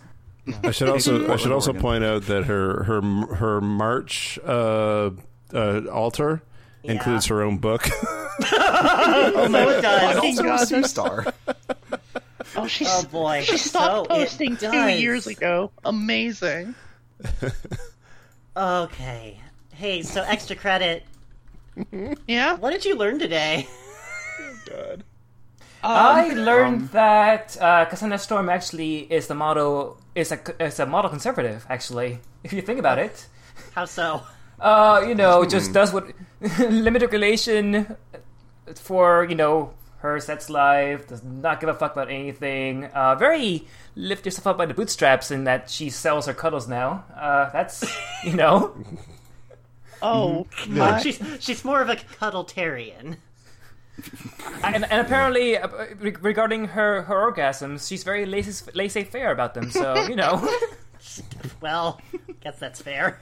S1: I should also I should
S5: Portland,
S1: also
S5: Oregon.
S1: point out that her her her March uh, uh, altar includes her own book.
S4: So it does.
S2: Fucking
S5: Also a
S2: Oh God.
S5: sea star.
S2: Oh, she's
S3: Um,
S4: Oh boy.
S2: she stopped
S4: So it
S2: posting two
S4: does.
S2: years ago. Amazing.
S4: Okay. Hey, so extra credit.
S2: Yeah.
S4: What did you learn today?
S3: I learned that uh, Cassandra Storm actually is the model is a is a model conservative. Actually, if you think about it,
S4: How so?
S3: uh, you know, just does what limited relation for you know her sex life. Does not give a fuck about anything. Uh, very lift yourself up by the bootstraps in that she sells her cuddles now. Uh, that's you know.
S2: Oh,
S4: Oh, she's she's more of a cuddletarian.
S3: and, and apparently, uh, re- regarding her, her orgasms, she's very laissez faire about them. So you know,
S4: Well, guess that's fair.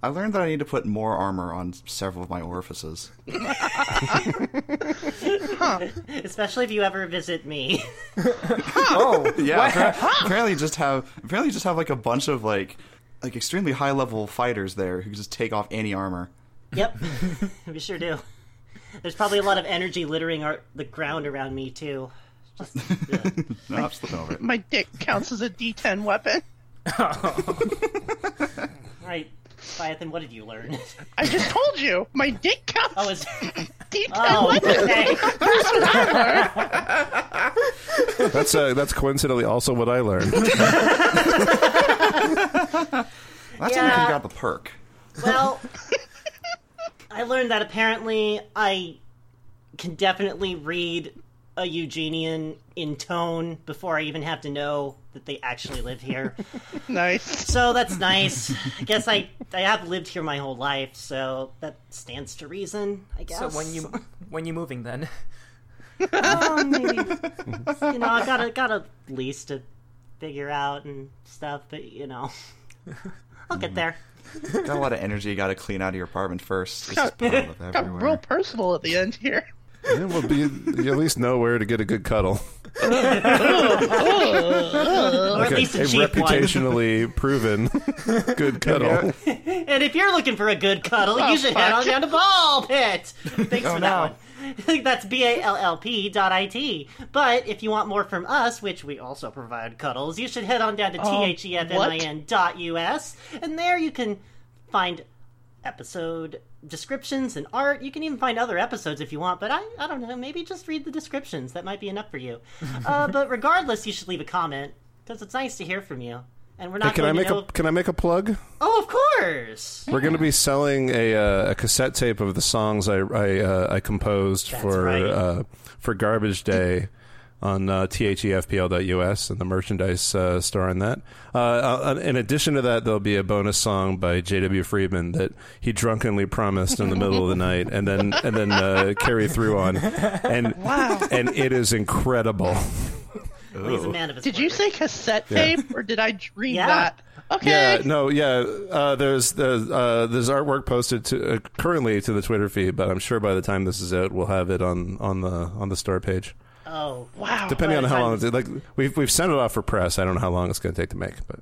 S5: I learned that I need to put more armor on several of my orifices.
S4: Especially if you ever visit me.
S3: oh
S5: Yeah, appar- apparently just have apparently just have like a bunch of like like extremely high level fighters there who can just take off any armor.
S4: Yep, we sure do. There's probably a lot of energy littering our, the ground around me too.
S5: No, I'm slipping over it.
S2: my dick counts as a D10 weapon.
S4: All right, Leviathan, what did you learn?
S2: I just told you, my dick counts
S4: Oh, is,
S2: as a D10
S4: oh
S2: weapon.
S4: okay.
S1: that's uh, that's coincidentally also what I learned.
S5: That's how you can grab a perk.
S4: Well, I learned that apparently I can definitely read a Eugenian in tone before I even have to know that they actually live here.
S2: Nice.
S4: So that's nice. I guess I I have lived here my whole life, so that stands to reason. I guess.
S3: So when you when you moving then?
S4: Oh, maybe. you know, I got a got a lease to figure out and stuff, but you know, I'll get there.
S5: Got a lot of energy you gotta clean out of your apartment first. It's just piled up
S2: Got real
S5: everywhere.
S2: personal at the end here.
S1: Yeah, well, you, you at least know where to get a good cuddle.
S4: Or at
S1: Okay,
S4: least
S1: a
S4: a cheap one.
S1: reputationally proven good cuddle.
S4: And if you're looking for a good cuddle,
S1: Oh,
S4: you should head on down to Ball Pit. Thanks for that one. That's B A L L P dot I T. But if you want more from us, which we also provide cuddles, you should head on down to
S1: Oh,
S4: T H E F M I N dot U S. And there you can find episode descriptions and art. You can even find other episodes if you want, but I, I don't know, maybe just read the descriptions. That might be enough for you. uh, but regardless, you should leave a comment because it's nice to hear from you. and we're
S1: Hey,
S4: not
S1: can I
S4: going
S1: make
S4: to know.
S1: a Can I make a plug?
S4: Oh, of course.
S1: We're going to be selling a, uh, a cassette tape of the songs I I, uh, I composed for
S4: right.
S1: uh, for Garbage Day on uh, thefpl.us and the merchandise uh, store on that. Uh, uh, in addition to that, there'll be a bonus song by J.W. Friedman that he drunkenly promised in the middle of the night and then and then uh, carry through on. And
S4: Oh.
S1: and it is incredible.
S4: Well, He's a man of his
S2: Did you
S4: word.
S2: say cassette tape, or did I read
S4: Yeah.
S2: that? Okay.
S1: Yeah, no, yeah. Uh, there's there's, uh, there's artwork posted to uh, currently to the Twitter feed, but I'm sure by the time this is out, we'll have it on, on the on the store page.
S4: Oh,
S2: Wow.
S1: Depending
S4: By
S1: on
S4: the
S1: how long it's
S4: time-
S1: like we've we've sent it off for press. I don't know how long it's going to take to make, but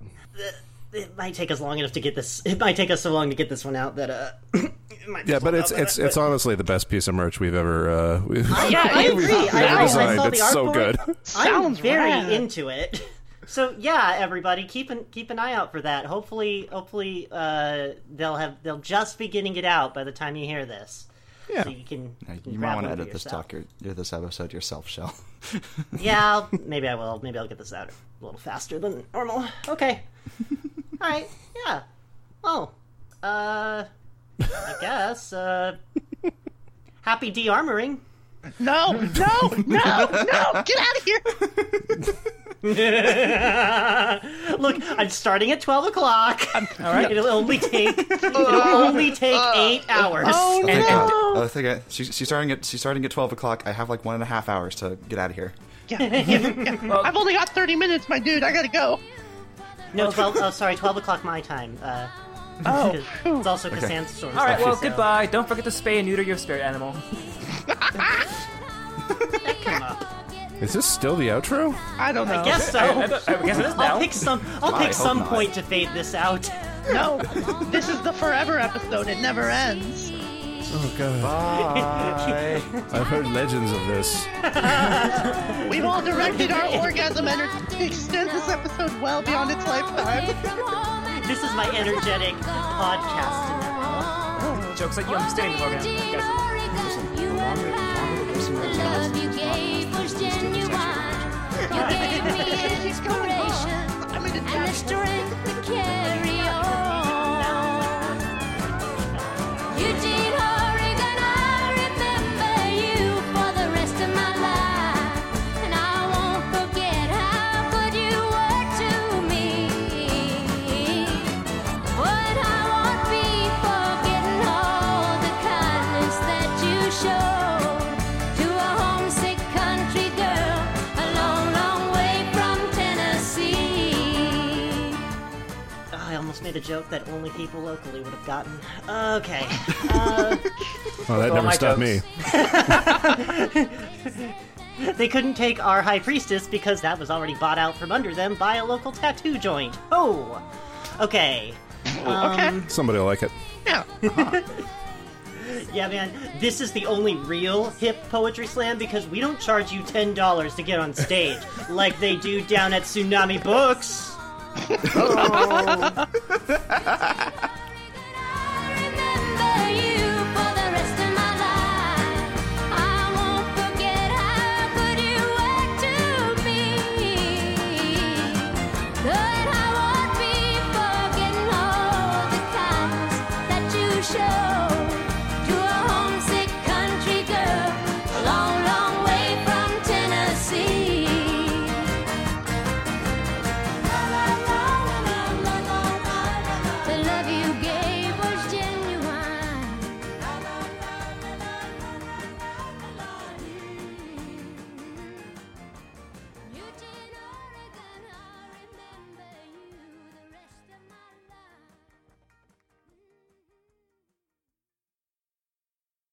S4: it might take us long enough to get this. It might take us so long to get this one out that uh. it might be
S1: yeah. But
S4: sold
S1: it's
S4: out by
S1: it's
S4: then,
S1: it's honestly the best piece of merch we've ever uh, we've
S4: Yeah, I
S2: it's
S4: agree. I, I, I
S1: designed.
S4: saw the
S1: it's so
S4: artwork.
S1: good.
S4: I'm
S2: Sounds
S4: very
S2: rad.
S4: into it. So yeah, everybody, keep an keep an eye out for that. Hopefully, hopefully uh, they'll have they'll just be getting it out by the time you hear this.
S1: Yeah.
S4: So you can.
S5: Yeah,
S4: can
S5: you
S4: grab
S5: might
S4: one
S5: want to
S4: for
S5: edit this
S4: yourself.
S5: talk, your, your- this episode yourself, Shell.
S4: Yeah, I'll, maybe I will. Maybe I'll get this out a little faster than normal. Okay. All right. Yeah. Oh. Uh. I guess. Uh. Happy de-armoring.
S2: No, no, no, no! Get out of here!
S4: Look, I'm starting at 12 o'clock. All right. It'll only take it'll only take eight hours.
S2: Oh
S5: I think
S2: no!
S5: I, I think I, she's, she's starting at she's starting at twelve o'clock. I have like one and a half hours to get out of here.
S2: I've only got thirty minutes, my dude. I gotta go.
S4: No, 12. Oh, sorry, 12 o'clock my time. Uh, oh, it's also Cassandra's storm.
S3: All right, well,
S4: so-
S3: goodbye. Don't forget to spay and neuter your spirit animal.
S1: Is this still the outro?
S2: I don't know.
S4: Guess so.
S3: I, I guess it is
S4: I'll
S3: now.
S4: pick some. I'll pick
S5: I hope
S4: some
S5: not.
S4: point to fade this out.
S2: No, this is the forever episode. It never ends.
S1: Oh god,
S5: Bye.
S1: I've heard legends of this.
S2: We've all directed our orgasm energy to extend this episode well beyond its lifetime.
S4: This is my energetic podcast.
S3: Jokes like you, I'm standing the program. I guess.
S2: "Oh, I'm in a
S8: and the strength to carry on. Eugene Horrigan, I remember you for the rest of my life. And I won't forget how good you were to me. But I won't be forgetting all the kindness that you showed to a homesick country girl a long, long way from Tennessee.
S4: Oh, I almost made a joke that only people locally would have gotten. Okay.
S1: Oh, that
S3: my
S1: never stopped
S3: jokes.
S1: me.
S4: They couldn't take our high priestess because that was already bought out from under them by a local tattoo joint. Oh, okay.
S1: Somebody will like it.
S4: Yeah, man. This is the only real hip poetry slam because we don't charge you ten dollars to get on stage like they do down at Tsunami Books.